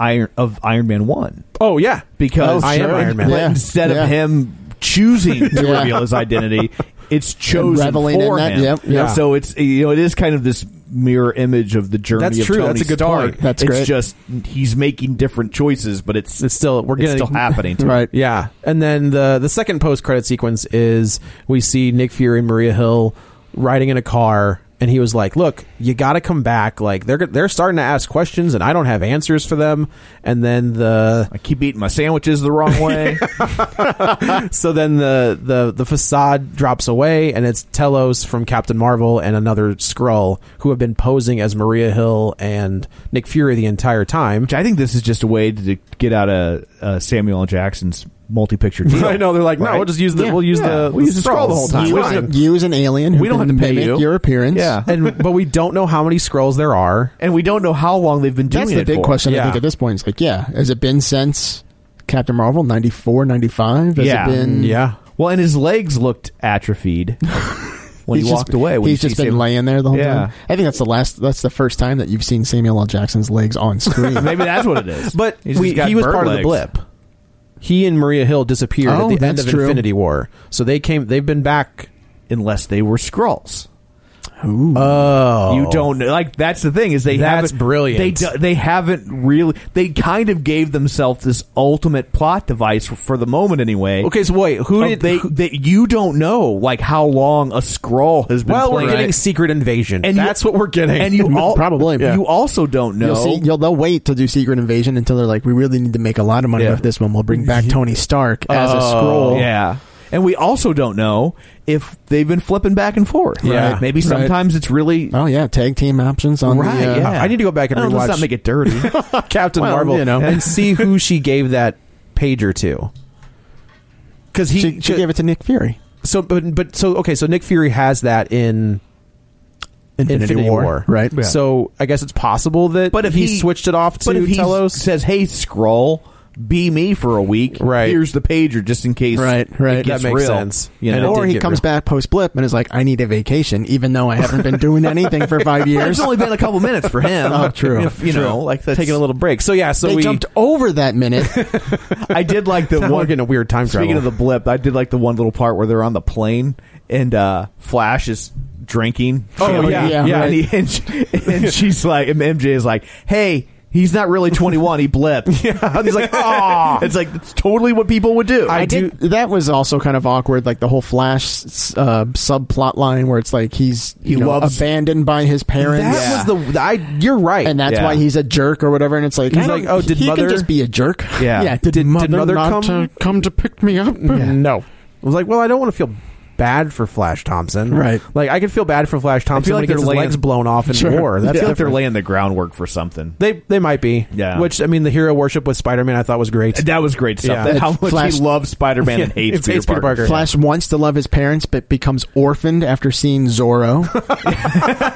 Iron of Iron Man One Oh yeah, because I am sure. Iron Man. but Yeah. instead Yeah. of him choosing to Yeah. reveal his identity, it's chosen reveling in for that, him. yep, yep. So it's you know it is kind of this mirror image of the journey That's of true. Tony That's a good Stark. point. That's it's great. just he's making different choices, but it's It's still we're it's getting still happening. To him. Right. Yeah, and then the the second post credit sequence is we see Nick Fury and Maria Hill riding in a car, and he was like, "Look, you got to come back. Like they're they're starting to ask questions, and I don't have answers for them." And then the I keep eating my sandwiches the wrong way. so then the the the facade drops away, and it's Telos from Captain Marvel and another Skrull who have been posing as Maria Hill and Nick Fury the entire time. Which I think this is just a way to get out of uh, Samuel L. Jackson's multi-picture deal. I know they're like, no, Right? we'll just use the Yeah. we'll use Yeah, the we'll use the scroll the Skrulls. whole time. You, It's as fine. a- you as an alien, who We don't can have to pay mimic you. your appearance. Yeah. and but we don't know how many scrolls there are. and we don't know how long they've been doing That's it the big for. question, Yeah. I think, at this point. It's like, yeah, has it been since Captain Marvel, 94, 95? Has Yeah. it been... Yeah. Well, and his legs looked atrophied when He's he just- walked away. when He's you just see been him. laying there the whole Yeah. time. I think that's the last. That's the first time that you've seen Samuel L. Jackson's legs on screen. Maybe that's what it is. But He's just we, got he was bird part of legs. the blip. He and Maria Hill disappeared Oh, at the end that's of true. Infinity War. So they came they've been back unless they were Skrulls. Oh, You don't like that's the thing is they That's haven't brilliant. They do- they haven't really they kind of gave themselves this ultimate plot device for, for the moment anyway. Okay, so wait, who Of did they who- that you don't know like how long a scroll has been? Well, we're playing. getting secret invasion. And you- That's what we're getting. and you all Probably. Yeah. you also don't know. You'll see, you'll, they'll wait to do Secret Invasion until they're like, we really need to make a lot of money Yeah. Oh, off this one. We'll bring back Tony Stark as a scroll. Yeah. And we also don't know if they've been flipping back and forth. Yeah. Maybe Right. sometimes it's really Oh yeah, tag team options on right. the. Uh, yeah. I need to go back and Oh, Let's rewatch- not make it dirty. Captain Well, Marvel you know. and see who she gave that pager to. Because he She, she gave it to Nick Fury. So, but but so okay, so Nick Fury has that in Infinity, War. right? So I guess it's possible that. But if he, he- switched it off to but if he Telos, says, "Hey, scroll, be me for a week. Right. Here's the pager, just in case. Right, right. It gets That makes real. sense. You And know? it or did he get comes back post blip and is like, "I need a vacation, even though I haven't been doing anything for five But years." it's only been a couple minutes for him. Oh, true. If, you know, like that's, taking a little break. So yeah, so they we jumped over that minute. I did like the Now one we're getting a weird time Speaking travel. of the blip, I did like the one little part where they're on the plane and uh, Flash is drinking. Oh, yeah, yeah, yeah. And, right. he, and, she- and she's like, and MJ is like, hey. He's not really 21. He blipped. Yeah. He's like, oh, it's like it's totally what people would do. I did. That was also kind of awkward, like the whole Flash uh, subplot line where it's like he's He you know, loves- abandoned by his parents. That was the I. You're right. and that's Yeah. why he's a jerk or whatever. And it's like, He's I don't- like, oh, did he mother- can just be a jerk? Yeah. yeah. Did, Did- did mother, mother not come? To, come to pick me up? no. I was like, well, I don't want to feel bad for Flash Thompson. Right. Like I could feel bad for Flash Thompson like when he gets they're his laying- legs blown off in Sure. war. I That's feel like they're different. laying the groundwork for something. They they might be. Yeah. Which I mean, the hero worship with Spider Man I thought was great. That was great stuff. Yeah. That- how It's much Flash- he loves Spider Man and Yeah, hates it's Peter, hates Peter Parker. Parker. Flash wants to love his parents, but becomes orphaned after seeing Zorro.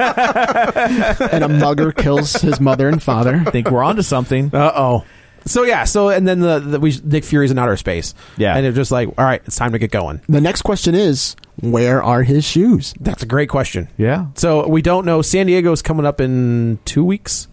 and a mugger kills his mother and father. I think we're onto something. Uh oh. So yeah. So and then the, the we Nick Fury's in outer space. Yeah. And they're just like, all right, it's time to get going. The next question is, where are his shoes? That's a great question. Yeah. So we don't know. San Diego's coming up in two weeks.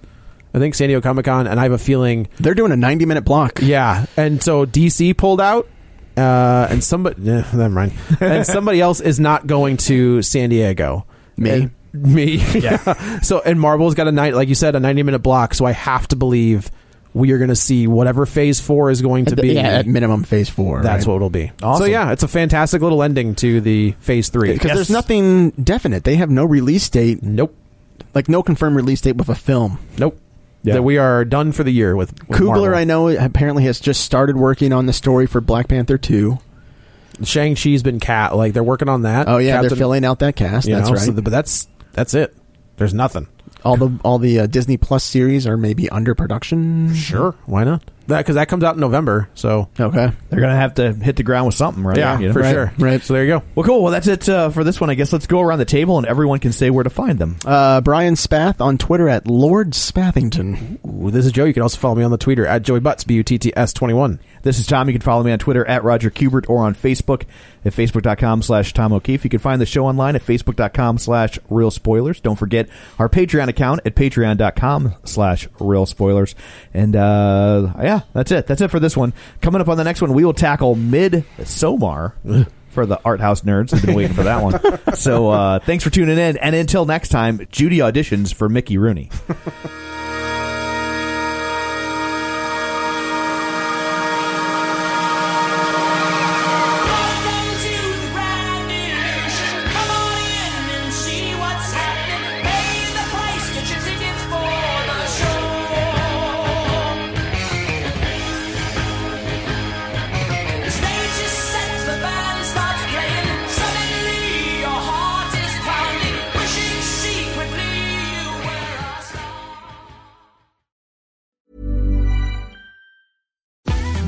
I think San Diego Comic Con, and I have a feeling. They're doing a 90 minute block. Yeah, and so DC pulled out, uh, and somebody, eh, never mind, and somebody else is not going to San Diego. Me. And- me, yeah. so and Marvel's got a night, like you said, a ninety-minute block. So I have to believe we are going to see whatever Phase Four is going to At the- be. yeah, at minimum phase four. That's right? what it'll be. Awesome. So yeah, it's a fantastic little ending to the Phase Three. Because Yes. there's nothing definite. They have no release date, Nope, like no confirmed release date with a film. nope. Yeah. That we are done for the year with, with Kugler, Marvel. I know, apparently has just started working on the story for Black Panther 2. Shang Chi's been cat. Like they're working on that. Oh, yeah, they're Captain- filling out that cast. you That's know, right. so the- but that's that's it. There's nothing. all the all the uh, Disney Plus series are maybe under production. Sure, why not? That because that comes out in November. So Okay. They're going to have to hit the ground with something, right? You know? for Right, sure. right. So there you go. Well, cool. Well, that's it uh, for this one. I guess let's go around the table and everyone can say where to find them. Uh, Brian Spath on Twitter at Lord Spathington. Ooh, this is Joe. You can also follow me on the Twitter at Joey Butts B U T T S twenty one. This is Tom. You can follow me on Twitter at Roger Kubert or on Facebook at facebook.com slash Tom O'Keefe. You can find the show online at facebook.com slash real spoilers. Don't forget our Patreon account at patreon.com slash real spoilers. And uh, yeah, that's it. That's it for this one. Coming up on the next one, we will tackle Mid Somar for the art house nerds. I've been waiting for that one. So uh, thanks for tuning in. And until next time, Judy auditions for Mickey Rooney.